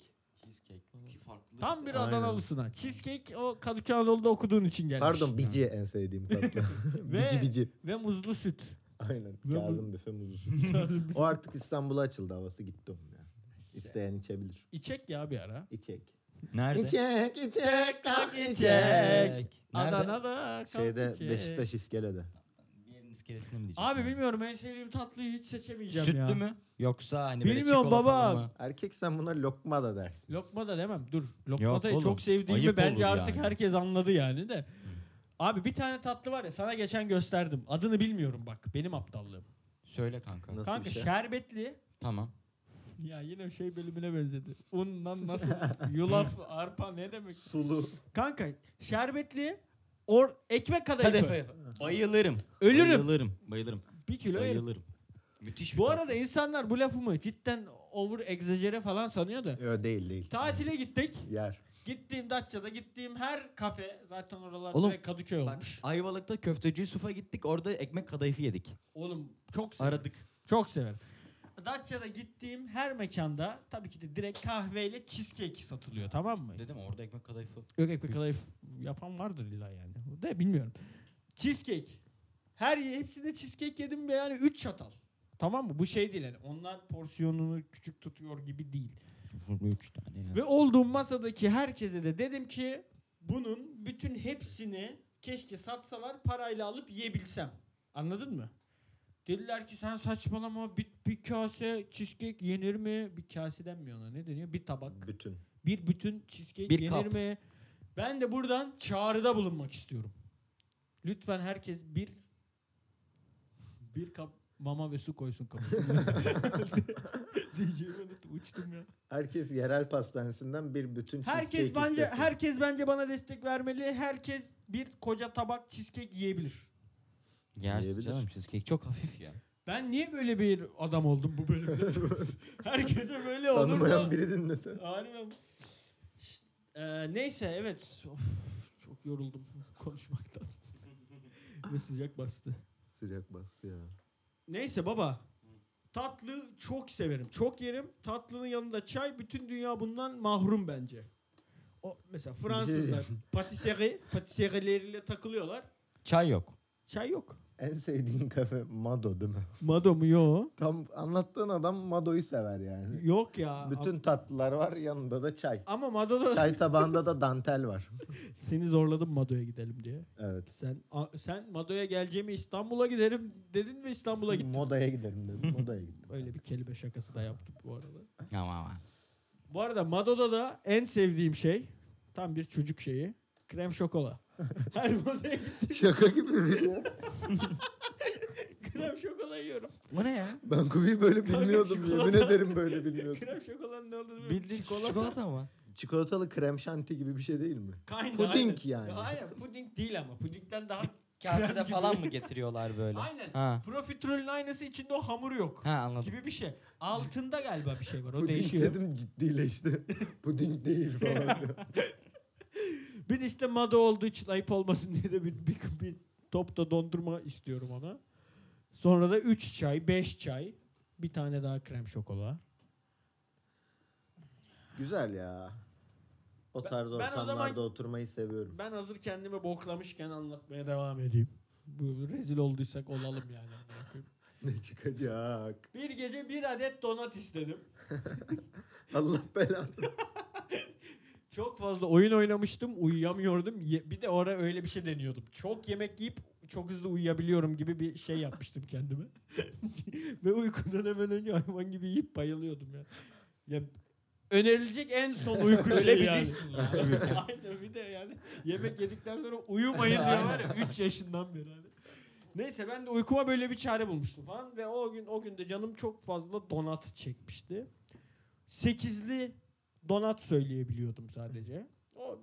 Speaker 3: cheesecake. İki farklı.
Speaker 2: Tam bir
Speaker 1: Aynen.
Speaker 2: Adanalısın ha. Cheesecake o Kadıköy Anadolu'da okuduğun için gelmiş.
Speaker 1: Pardon bici en sevdiğim tatlı.
Speaker 2: Ve-
Speaker 1: bici bici.
Speaker 2: Ve muzlu süt.
Speaker 1: Aynen.
Speaker 2: Ve bu-
Speaker 1: Kazım büfe muzu. o artık İstanbul'a açıldı havası gitti onun ya. İsteyen içebilir.
Speaker 2: İçek ya bir ara.
Speaker 1: İçek.
Speaker 4: Nerede?
Speaker 1: İçek, içek, kalk içek.
Speaker 2: İçek.
Speaker 4: Nerede?
Speaker 2: Adana'da kalk
Speaker 1: Şeyde
Speaker 2: içek.
Speaker 1: Beşiktaş iskelede.
Speaker 4: Bir yerin iskelesinde mi diyeceğim?
Speaker 2: Abi bilmiyorum en sevdiğim tatlıyı hiç seçemeyeceğim
Speaker 4: Sütlü
Speaker 2: ya.
Speaker 4: mü? Yoksa hani böyle
Speaker 2: Bilmiyorum
Speaker 4: çikolatalı
Speaker 2: baba.
Speaker 4: mı?
Speaker 1: Erkek sen buna lokma da dersin.
Speaker 2: Lokma da demem. Dur.
Speaker 4: Yok
Speaker 2: Lokmatayı
Speaker 4: oğlum,
Speaker 2: çok sevdiğimi
Speaker 4: ayıp
Speaker 2: bence
Speaker 4: olur
Speaker 2: artık
Speaker 4: yani.
Speaker 2: herkes anladı yani de. Abi bir tane tatlı var ya sana geçen gösterdim. Adını bilmiyorum bak. Benim aptallığım.
Speaker 4: Söyle kanka.
Speaker 1: Nasıl
Speaker 2: Kanka
Speaker 1: bir şey?
Speaker 2: şerbetli.
Speaker 4: Tamam.
Speaker 2: Ya yine şey bölümüne benzedi. Undan nasıl? Yulaf, arpa ne demek?
Speaker 1: Sulu.
Speaker 2: Kanka şerbetli or ekmek kadayıfı.
Speaker 4: Kadayıfı. Bayılırım.
Speaker 2: Ölürüm.
Speaker 4: Bayılırım. Bayılırım.
Speaker 2: Bir kilo yerim.
Speaker 4: Bayılırım. Müthiş bir
Speaker 2: Bu
Speaker 4: tat.
Speaker 2: arada insanlar bu lafımı cidden over exagere falan sanıyor da.
Speaker 1: Yo değil değil.
Speaker 2: Tatile gittik.
Speaker 1: Yer.
Speaker 2: Gittiğim Datça'da gittiğim her kafe zaten oralar
Speaker 4: Oğlum,
Speaker 2: direkt Kadıköy
Speaker 4: Bak,
Speaker 2: olmuş.
Speaker 4: Ayvalık'ta köfteci Yusuf'a gittik. Orada ekmek kadayıfı yedik.
Speaker 2: Oğlum çok severim.
Speaker 4: Aradık.
Speaker 2: Çok severim. Datça'da gittiğim her mekanda tabii ki de direkt kahveyle cheesecake satılıyor tamam mı?
Speaker 4: Dedim orada ekmek kadayıfı.
Speaker 2: Yok ekmek kadayıf yapan vardır illa yani. O Da bilmiyorum. Cheesecake. Her ye- hepsinde cheesecake yedim ve yani 3 çatal. Tamam mı? Bu şey değil yani. Onlar porsiyonunu küçük tutuyor gibi değil.
Speaker 4: Üç tane. ya.
Speaker 2: Ve olduğum masadaki herkese de dedim ki bunun bütün hepsini keşke satsalar parayla alıp yiyebilsem. Anladın mı? Dediler ki sen saçmalama bir, bir kase cheesecake yenir mi? Bir kase denmiyor ona ne deniyor? Bir tabak.
Speaker 1: Bütün.
Speaker 2: Bir bütün cheesecake
Speaker 4: Bir
Speaker 2: yenir
Speaker 4: kap.
Speaker 2: mi? Ben de buradan çağrıda bulunmak istiyorum. Lütfen herkes bir bir kap mama ve su koysun kapısına. Diye unuttum, uçtum ya.
Speaker 1: Herkes yerel pastanesinden bir bütün
Speaker 2: Herkes
Speaker 1: cheesecake
Speaker 2: bence
Speaker 1: istesin.
Speaker 2: herkes bence bana destek vermeli. Herkes bir koca tabak cheesecake yiyebilir.
Speaker 4: Yersiz
Speaker 1: Yiyebilir.
Speaker 4: canım cheesecake çok hafif ya.
Speaker 2: Ben niye böyle bir adam oldum bu bölümde? Herkese böyle olur
Speaker 1: Tanımayan
Speaker 2: mu?
Speaker 1: biri dinlese.
Speaker 2: Harbiden. Şşt, eee, neyse evet. Of, çok yoruldum konuşmaktan. Ve sıcak bastı.
Speaker 1: Sıcak bas ya.
Speaker 2: Neyse baba. Tatlı çok severim. Çok yerim. Tatlının yanında çay. Bütün dünya bundan mahrum bence. O mesela Fransızlar patisserie, patisserileriyle takılıyorlar.
Speaker 4: Çay yok.
Speaker 2: Çay yok.
Speaker 1: En sevdiğin kafe Mado değil mi?
Speaker 2: Mado mu? Yok.
Speaker 1: Tam anlattığın adam Mado'yu sever yani.
Speaker 2: Yok ya.
Speaker 1: Bütün tatlılar var yanında da çay.
Speaker 2: Ama Mado'da
Speaker 1: Çay tabağında da dantel var.
Speaker 2: seni zorladım Mado'ya gidelim diye.
Speaker 1: Evet.
Speaker 2: Sen a- sen Mado'ya geleceğimi İstanbul'a giderim dedin ve İstanbul'a gittin.
Speaker 1: Modaya gidelim dedim. Modaya gittim.
Speaker 2: Öyle bir kelime şakası da yaptım bu arada.
Speaker 4: Aman aman.
Speaker 2: Bu arada Mado'da da en sevdiğim şey tam bir çocuk şeyi. Krem şokola. Her Mado'ya gittim
Speaker 1: Şaka gibi bir şey.
Speaker 2: krem şokola yiyorum.
Speaker 4: Bu ne ya?
Speaker 1: Ben Kubi'yi böyle
Speaker 2: Kanka
Speaker 1: bilmiyordum.
Speaker 2: çikolata.
Speaker 1: Yemin ederim böyle bilmiyordum.
Speaker 2: Krem şokolanın ne olduğunu bilmiyorum.
Speaker 4: Bildiğin çikolata. mı?
Speaker 1: Çikolatalı krem şanti gibi bir şey değil mi?
Speaker 2: Kinda,
Speaker 1: Puding
Speaker 2: aynen.
Speaker 1: yani.
Speaker 2: Hayır puding değil ama. Pudingden daha...
Speaker 4: Kasede
Speaker 2: Krem gibi.
Speaker 4: falan mı getiriyorlar böyle?
Speaker 2: Aynen.
Speaker 4: Ha.
Speaker 2: Profiterolün aynısı içinde o hamur yok.
Speaker 4: Ha anladım.
Speaker 2: Gibi bir şey. Altında galiba bir şey var. O
Speaker 1: Puding
Speaker 2: değişiyor.
Speaker 1: dedim ciddileşti. Puding değil falan.
Speaker 2: Bir de işte Mado olduğu için ayıp olmasın diye de bir, bir, bir top da dondurma istiyorum ona. Sonra da 3 çay, 5 çay. Bir tane daha krem şokola.
Speaker 1: Güzel ya. O
Speaker 2: Ben-
Speaker 1: tarz
Speaker 2: ben o zaman-
Speaker 1: ortamlarda oturmayı seviyorum.
Speaker 2: Ben hazır kendimi boklamışken anlatmaya devam edeyim. Bu rezil olduysak olalım yani.
Speaker 1: Ne çıkacak?
Speaker 2: bir gece bir adet donat istedim.
Speaker 1: Allah belanı.
Speaker 2: Çok fazla oyun oynamıştım, uyuyamıyordum. Ye- Bir de orada öyle bir şey deniyordum. Çok yemek yiyip çok hızlı uyuyabiliyorum gibi bir şey yapmıştım kendime. Ve uykudan hemen önce hayvan gibi yiyip bayılıyordum ya. Ya önerilecek en son uyku
Speaker 4: Öyle
Speaker 2: şeyi yani.
Speaker 4: bilirsin
Speaker 2: Aynen bir de yani yemek yedikten sonra uyumayın diyorlar ya 3 yaşından beri hani. Neyse ben de uykuma böyle bir çare bulmuştum falan ve o gün o gün de canım çok fazla donat çekmişti. Sekizli donat söyleyebiliyordum sadece. O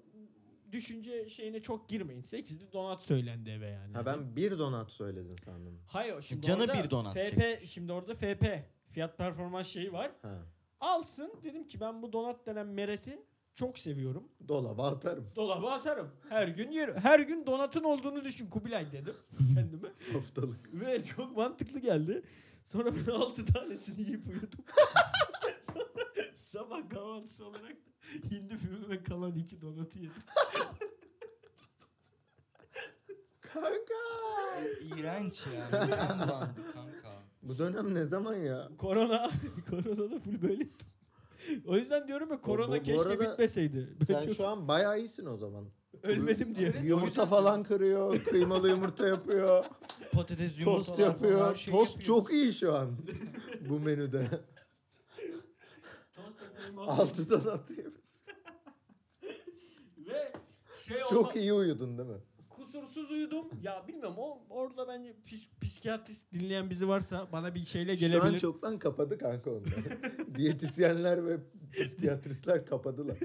Speaker 2: düşünce şeyine çok girmeyin. Sekizli donat söylendi eve yani.
Speaker 1: Ha ben bir donat söyledin sandım.
Speaker 2: Hayır şimdi
Speaker 4: Canı
Speaker 2: orada
Speaker 4: bir donat
Speaker 2: FP şimdi orada FP fiyat performans şeyi var.
Speaker 1: Ha.
Speaker 2: Alsın dedim ki ben bu donat denen mereti Çok seviyorum.
Speaker 1: Dolaba atarım.
Speaker 2: Dolaba atarım. Her gün yerim. Her gün donatın olduğunu düşün Kubilay dedim kendime.
Speaker 1: Haftalık.
Speaker 2: Ve çok mantıklı geldi. Sonra ben 6 tanesini yiyip uyudum. Sonra sabah kahvaltısı olarak hindi füme kalan 2 donatı yedim.
Speaker 1: Kanka.
Speaker 4: İğrenç ya. midem bulandı kanka.
Speaker 1: Bu dönem ne zaman ya?
Speaker 2: Korona, koronada full böyle. O yüzden diyorum ya korona
Speaker 1: bu- bu
Speaker 2: keşke
Speaker 1: arada
Speaker 2: bitmeseydi. Ben
Speaker 1: Sen
Speaker 2: çok
Speaker 1: şu an bayağı iyisin o zaman.
Speaker 2: ölmedim diye.
Speaker 1: Yumurta falan kırıyor, kıymalı yumurta yapıyor,
Speaker 4: Patates yumurtalar
Speaker 1: tost
Speaker 4: falan, her
Speaker 1: yapıyor.
Speaker 4: şey
Speaker 1: tost
Speaker 4: yapıyor.
Speaker 1: çok iyi şu an bu menüde.
Speaker 2: Tost ekmeğimi aldım.
Speaker 1: Altıdan atayım.
Speaker 2: Ve şey olma-
Speaker 1: Çok iyi uyudun değil mi?
Speaker 2: kusursuz uyudum. Ya bilmiyorum o orada bence pis- psikiyatrist dinleyen bizi varsa bana bir şeyle
Speaker 1: Şu an
Speaker 2: gelebilir.
Speaker 1: çoktan kapadı kanka onları. Diyetisyenler ve psikiyatristler kapadılar.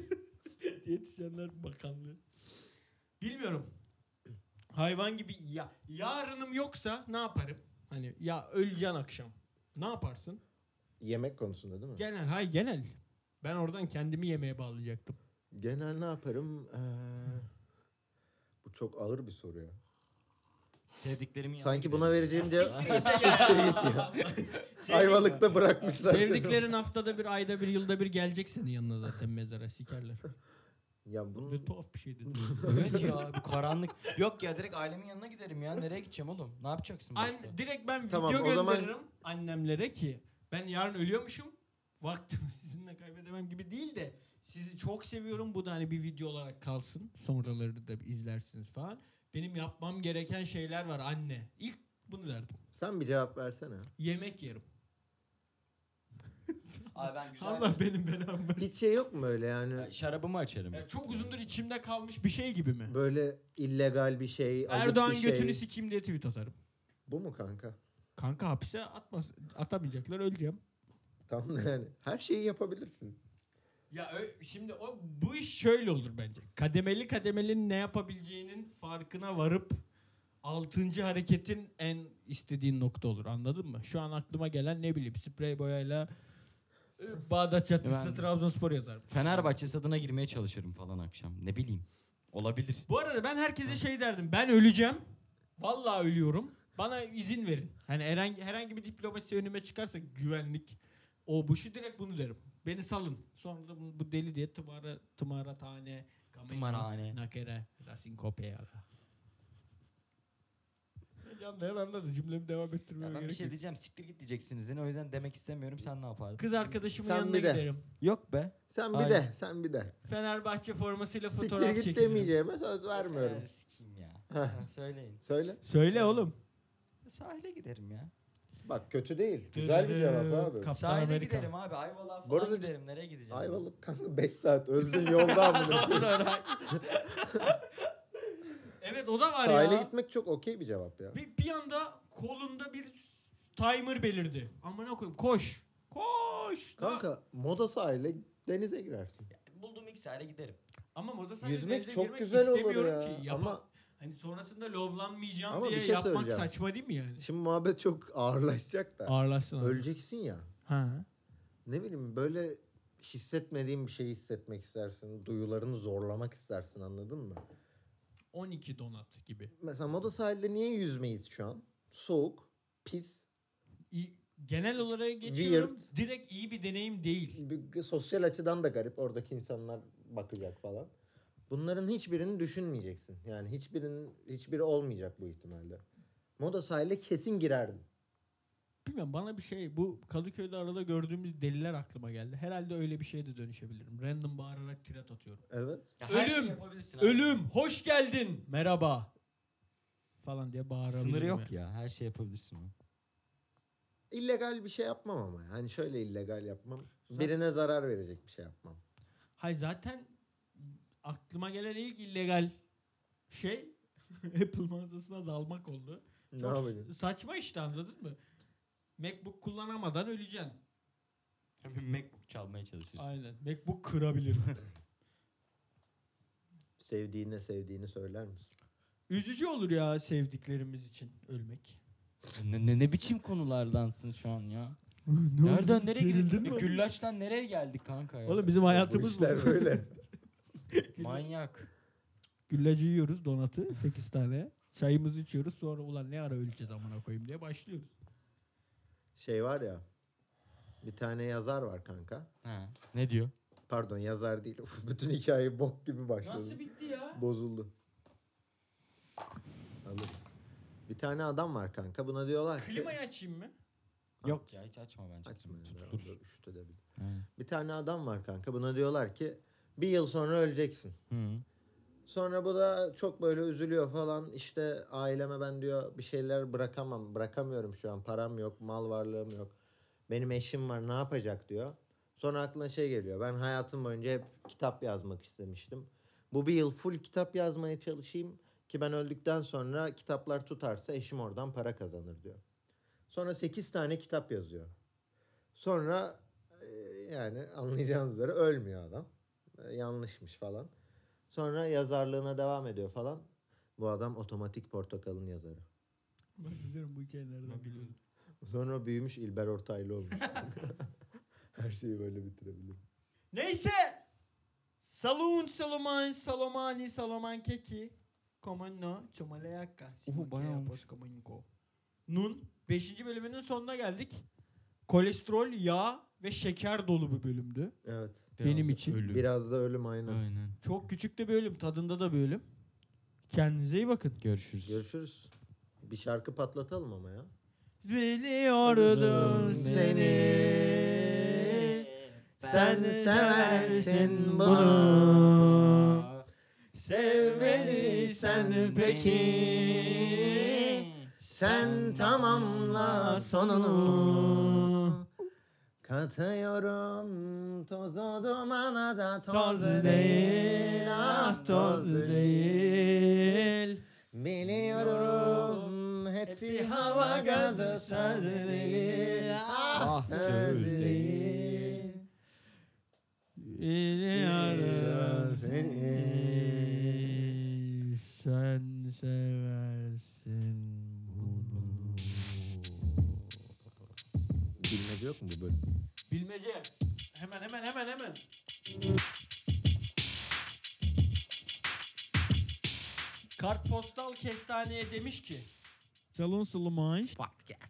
Speaker 2: Diyetisyenler Bakanlığı. Bilmiyorum. Hayvan gibi ya yarınım yoksa ne yaparım? Hani ya öleceksin akşam. Ne yaparsın?
Speaker 1: Yemek konusunda değil mi?
Speaker 2: Genel hay genel. Ben oradan kendimi yemeğe bağlayacaktım.
Speaker 1: Genel ne yaparım? Ee, bu çok ağır bir soru ya.
Speaker 4: Sevdiklerimin yanına
Speaker 1: Sanki buna
Speaker 4: giderim.
Speaker 1: vereceğim cevap...
Speaker 2: Siktir Şey git ya.
Speaker 1: Ayvalık'ta bırakmışlar. seni.
Speaker 2: Sevdiklerin haftada bir, ayda bir, yılda bir gelecek senin yanına zaten mezara sikerler.
Speaker 1: Ya
Speaker 2: Ne
Speaker 1: bunun
Speaker 2: tuhaf bir şey dedim.
Speaker 4: Evet ya bu karanlık. Yok ya direkt ailemin yanına giderim ya. Nereye gideceğim oğlum? Ne yapacaksın?
Speaker 2: An-
Speaker 4: başka?
Speaker 2: direkt ben
Speaker 1: Tamam,
Speaker 2: video
Speaker 1: o zaman-
Speaker 2: gönderirim annemlere ki ben yarın ölüyormuşum. Vaktimi sizinle kaybedemem gibi değil de sizi çok seviyorum. Bu da hani bir video olarak kalsın. Sonraları da izlersiniz falan. Benim yapmam gereken şeyler var anne. İlk bunu derdim.
Speaker 1: sen bir cevap versene.
Speaker 2: Yemek yerim.
Speaker 3: Abi ben güzel
Speaker 2: Allah benim belamı versin.
Speaker 1: Hiç şey yok mu öyle yani?
Speaker 4: Ya Şarabımı açarım.
Speaker 2: Ya çok uzundur içimde kalmış bir şey gibi mi?
Speaker 1: Böyle illegal bir şey, ayıp
Speaker 2: Erdoğan
Speaker 1: bir şey.
Speaker 2: götünü sikeyim diye tweet atarım.
Speaker 1: Bu mu kanka?
Speaker 2: Kanka hapise atmaz, atamayacaklar öleceğim.
Speaker 1: Tam da yani. Her şeyi yapabilirsin.
Speaker 2: Ya ö- şimdi o bu iş şöyle olur bence. Kademeli kademeli ne yapabileceğinin farkına varıp altıncı hareketin en istediğin nokta olur. Anladın mı? Şu an aklıma gelen ne bileyim sprey boyayla e, Bağdat Caddesi'nde
Speaker 4: Ben-
Speaker 2: Trabzonspor yazarım.
Speaker 4: Fenerbahçe stadına girmeye çalışırım falan akşam. Ne bileyim. Olabilir.
Speaker 2: Bu arada ben herkese şey derdim. Ben öleceğim. Vallahi ölüyorum. Bana izin verin. Hani herhangi, herhangi bir diplomasi önüme çıkarsa güvenlik o bu şu direkt bunu derim. Beni salın. Sonra da bu, bu deli diye tımara tımara tane
Speaker 4: Tımarhane.
Speaker 2: nakere rasin kopya. Hocam da hemen anladı. Cümlemi devam ettirmeye
Speaker 4: Ya ben bir
Speaker 2: gerek
Speaker 4: şey
Speaker 2: yok.
Speaker 4: diyeceğim. Siktir git diyeceksiniz. yine. O yüzden demek istemiyorum. Sen ne yapardın?
Speaker 2: Kız arkadaşımın
Speaker 1: Sen
Speaker 2: yanına
Speaker 1: bir de.
Speaker 2: giderim.
Speaker 4: Yok be.
Speaker 1: Sen bir
Speaker 2: Aynen.
Speaker 1: de, sen bir de.
Speaker 2: Fenerbahçe formasıyla fotoğraf
Speaker 1: Siktir git
Speaker 2: çekilirim.
Speaker 1: demeyeceğime söz vermiyorum.
Speaker 4: Eğer sikeyim ya.
Speaker 1: Heh.
Speaker 4: Ha, Söyleyin.
Speaker 1: Söyle.
Speaker 2: Söyle oğlum.
Speaker 4: Sahile giderim ya.
Speaker 1: Bak kötü değil. Güzel bir cevap abi.
Speaker 2: Kaptan
Speaker 4: Sahile
Speaker 2: Amerika.
Speaker 4: giderim abi. Ayvalık'a
Speaker 1: Bu
Speaker 4: falan
Speaker 1: arada-
Speaker 4: giderim. Nereye gideceğim?
Speaker 1: Ayvalık kanka 5 saat öldün yolda amına. koyayım.
Speaker 2: Evet o da var
Speaker 1: Sahile
Speaker 2: ya.
Speaker 1: gitmek çok okey bir cevap ya.
Speaker 2: Bir, bir anda kolunda bir timer belirdi. Amına koyayım koş. Koş. lan.
Speaker 1: Kanka moda sahile denize girersin.
Speaker 4: Bulduğum ilk sahile giderim.
Speaker 2: Ama moda sahne
Speaker 1: Yüzmek
Speaker 2: denize
Speaker 1: çok
Speaker 2: girmek
Speaker 1: güzel olur
Speaker 2: istemiyorum
Speaker 1: ya.
Speaker 2: Ki. Yapa-
Speaker 1: Ama
Speaker 2: hani sonrasında lovlanmayacağım
Speaker 1: Ama
Speaker 2: diye
Speaker 1: bir şey
Speaker 2: yapmak
Speaker 1: söyleyeceğim.
Speaker 2: saçma değil mi yani?
Speaker 1: şimdi muhabbet çok ağırlaşacak da.
Speaker 2: Ağırlaşsın abi.
Speaker 1: Öleceksin ya.
Speaker 2: Ha.
Speaker 1: Ne bileyim böyle hissetmediğin bir şeyi hissetmek istersin. Duyularını zorlamak istersin anladın mı?
Speaker 2: 12 donat gibi.
Speaker 1: Mesela moda sahilde niye yüzmeyiz şu an? Soğuk, pis,
Speaker 2: İyi- Genel olarak geçiyorum. Direkt iyi bir deneyim değil.
Speaker 1: bir- sosyal açıdan da garip. Oradaki insanlar bakacak falan. Bunların hiçbirini düşünmeyeceksin. Yani hiçbirinin hiçbiri olmayacak bu ihtimalle. Moda sahile kesin girerdim.
Speaker 2: Bilmiyorum bana bir şey bu Kadıköy'de arada gördüğümüz deliler aklıma geldi. Herhalde öyle bir şeye de dönüşebilirim. Random bağırarak tirat atıyorum.
Speaker 1: Evet.
Speaker 4: Ya her şey- şeyi
Speaker 2: Ölüm!
Speaker 4: yapabilirsin abi.
Speaker 2: Ölüm hoş geldin merhaba falan diye bağırabilirim.
Speaker 4: Sınırı yok
Speaker 2: yani.
Speaker 4: ya. Her şey yapabilirsin. abi.
Speaker 1: İllegal bir şey yapmam ama. Hani şöyle illegal yapmam.
Speaker 2: Sen-
Speaker 1: Birine zarar verecek bir şey yapmam.
Speaker 2: Hayır zaten aklıma gelen ilk illegal şey Apple mağazasına dalmak oldu.
Speaker 1: Ne
Speaker 2: Çok
Speaker 1: yapacaksın?
Speaker 2: saçma işte anladın mı? Macbook kullanamadan öleceksin.
Speaker 4: Bir Macbook çalmaya çalışırsın.
Speaker 2: Aynen. Macbook kırabilirim.
Speaker 1: Sevdiğine sevdiğini söyler misin?
Speaker 2: Üzücü olur ya sevdiklerimiz için ölmek.
Speaker 4: Ne, ne, ne biçim konulardansın şu an ya?
Speaker 2: Ne oldu?
Speaker 4: Nereden nereye
Speaker 2: Gerildin
Speaker 4: girdik?
Speaker 2: mi?
Speaker 4: Güllaçtan nereye geldik kanka ya?
Speaker 2: Oğlum bizim
Speaker 1: Bu
Speaker 2: hayatımız bu.
Speaker 1: işler böyle.
Speaker 4: Manyak.
Speaker 2: Güllacı yiyoruz donatı 8 tane. Çayımızı içiyoruz sonra ulan ne ara öleceğiz amına koyayım diye başlıyoruz.
Speaker 1: Şey var ya. Bir tane yazar var kanka.
Speaker 4: Ha. Ne diyor?
Speaker 1: Pardon yazar değil. Uf, Bütün hikaye bok gibi başladı.
Speaker 2: bitti ya?
Speaker 1: Bozuldu. Anladım. Bir tane adam var kanka. Buna diyorlar ki...
Speaker 2: Klimayı açayım mı?
Speaker 4: Yok ya hiç açma bence.
Speaker 1: Açma ya,
Speaker 4: Tutulur.
Speaker 1: biraz üşütebilir.
Speaker 4: Aynen.
Speaker 1: Bir tane adam var kanka. Buna diyorlar ki bir yıl sonra öleceksin.
Speaker 4: Hı.
Speaker 1: Sonra bu da çok böyle üzülüyor falan. İşte aileme ben diyor bir şeyler bırakamam. Bırakamıyorum şu an. Param yok, mal varlığım yok. Benim eşim var ne yapacak diyor. Sonra aklına şey geliyor. Ben hayatım boyunca hep kitap yazmak istemiştim. Bu bir yıl full kitap yazmaya çalışayım ki ben öldükten sonra kitaplar tutarsa eşim oradan para kazanır diyor. Sonra 8 tane kitap yazıyor. Sonra e, yani anlayacağınız üzere ölmüyor adam. E, Yanlışmış falan. Sonra yazarlığına devam ediyor falan. Bu adam otomatik portakalın yazarı.
Speaker 2: Ben biliyorum bu hikayelerden biliyorum.
Speaker 1: Sonra büyümüş İlber Ortaylı olmuş. Her şeyi böyle bitirebilirim.
Speaker 2: Neyse. Salun Saloman Salomani Saloman Keki. Komano Çomalayaka.
Speaker 4: Oho, bayağı olmuş.
Speaker 2: Nun 5. bölümünün sonuna geldik. Kolesterol, yağ ve şeker dolu bir bölümdü.
Speaker 1: Evet.
Speaker 2: Benim
Speaker 4: da
Speaker 2: için.
Speaker 4: Ölüm.
Speaker 1: Biraz da ölüm aynen.
Speaker 4: Aynen.
Speaker 2: Çok küçük de bir bölüm, tadında da bir bölüm. Kendinize iyi bakın.
Speaker 4: Görüşürüz.
Speaker 1: Görüşürüz. Bir şarkı patlatalım ama ya.
Speaker 2: Biliyordum seni. Sen seversin bunu. Sevmeni sen peki.
Speaker 1: Sen tamamla sonunu. Katıyorum tozu dumana da
Speaker 2: Toz değil, ah toz değil.
Speaker 1: Biliyorum hepsi hava gazı söz değil. Ah
Speaker 4: Ah,
Speaker 1: söz
Speaker 4: söz
Speaker 1: değil.
Speaker 2: Biliyorum seni. Sen seversin bunu.
Speaker 1: Bilmece yok mu bu bölüm?
Speaker 2: Bilmece. Hemen hemen hemen hemen. Kartpostal kestaneye demiş ki. Salon Sulumanj. Podcast.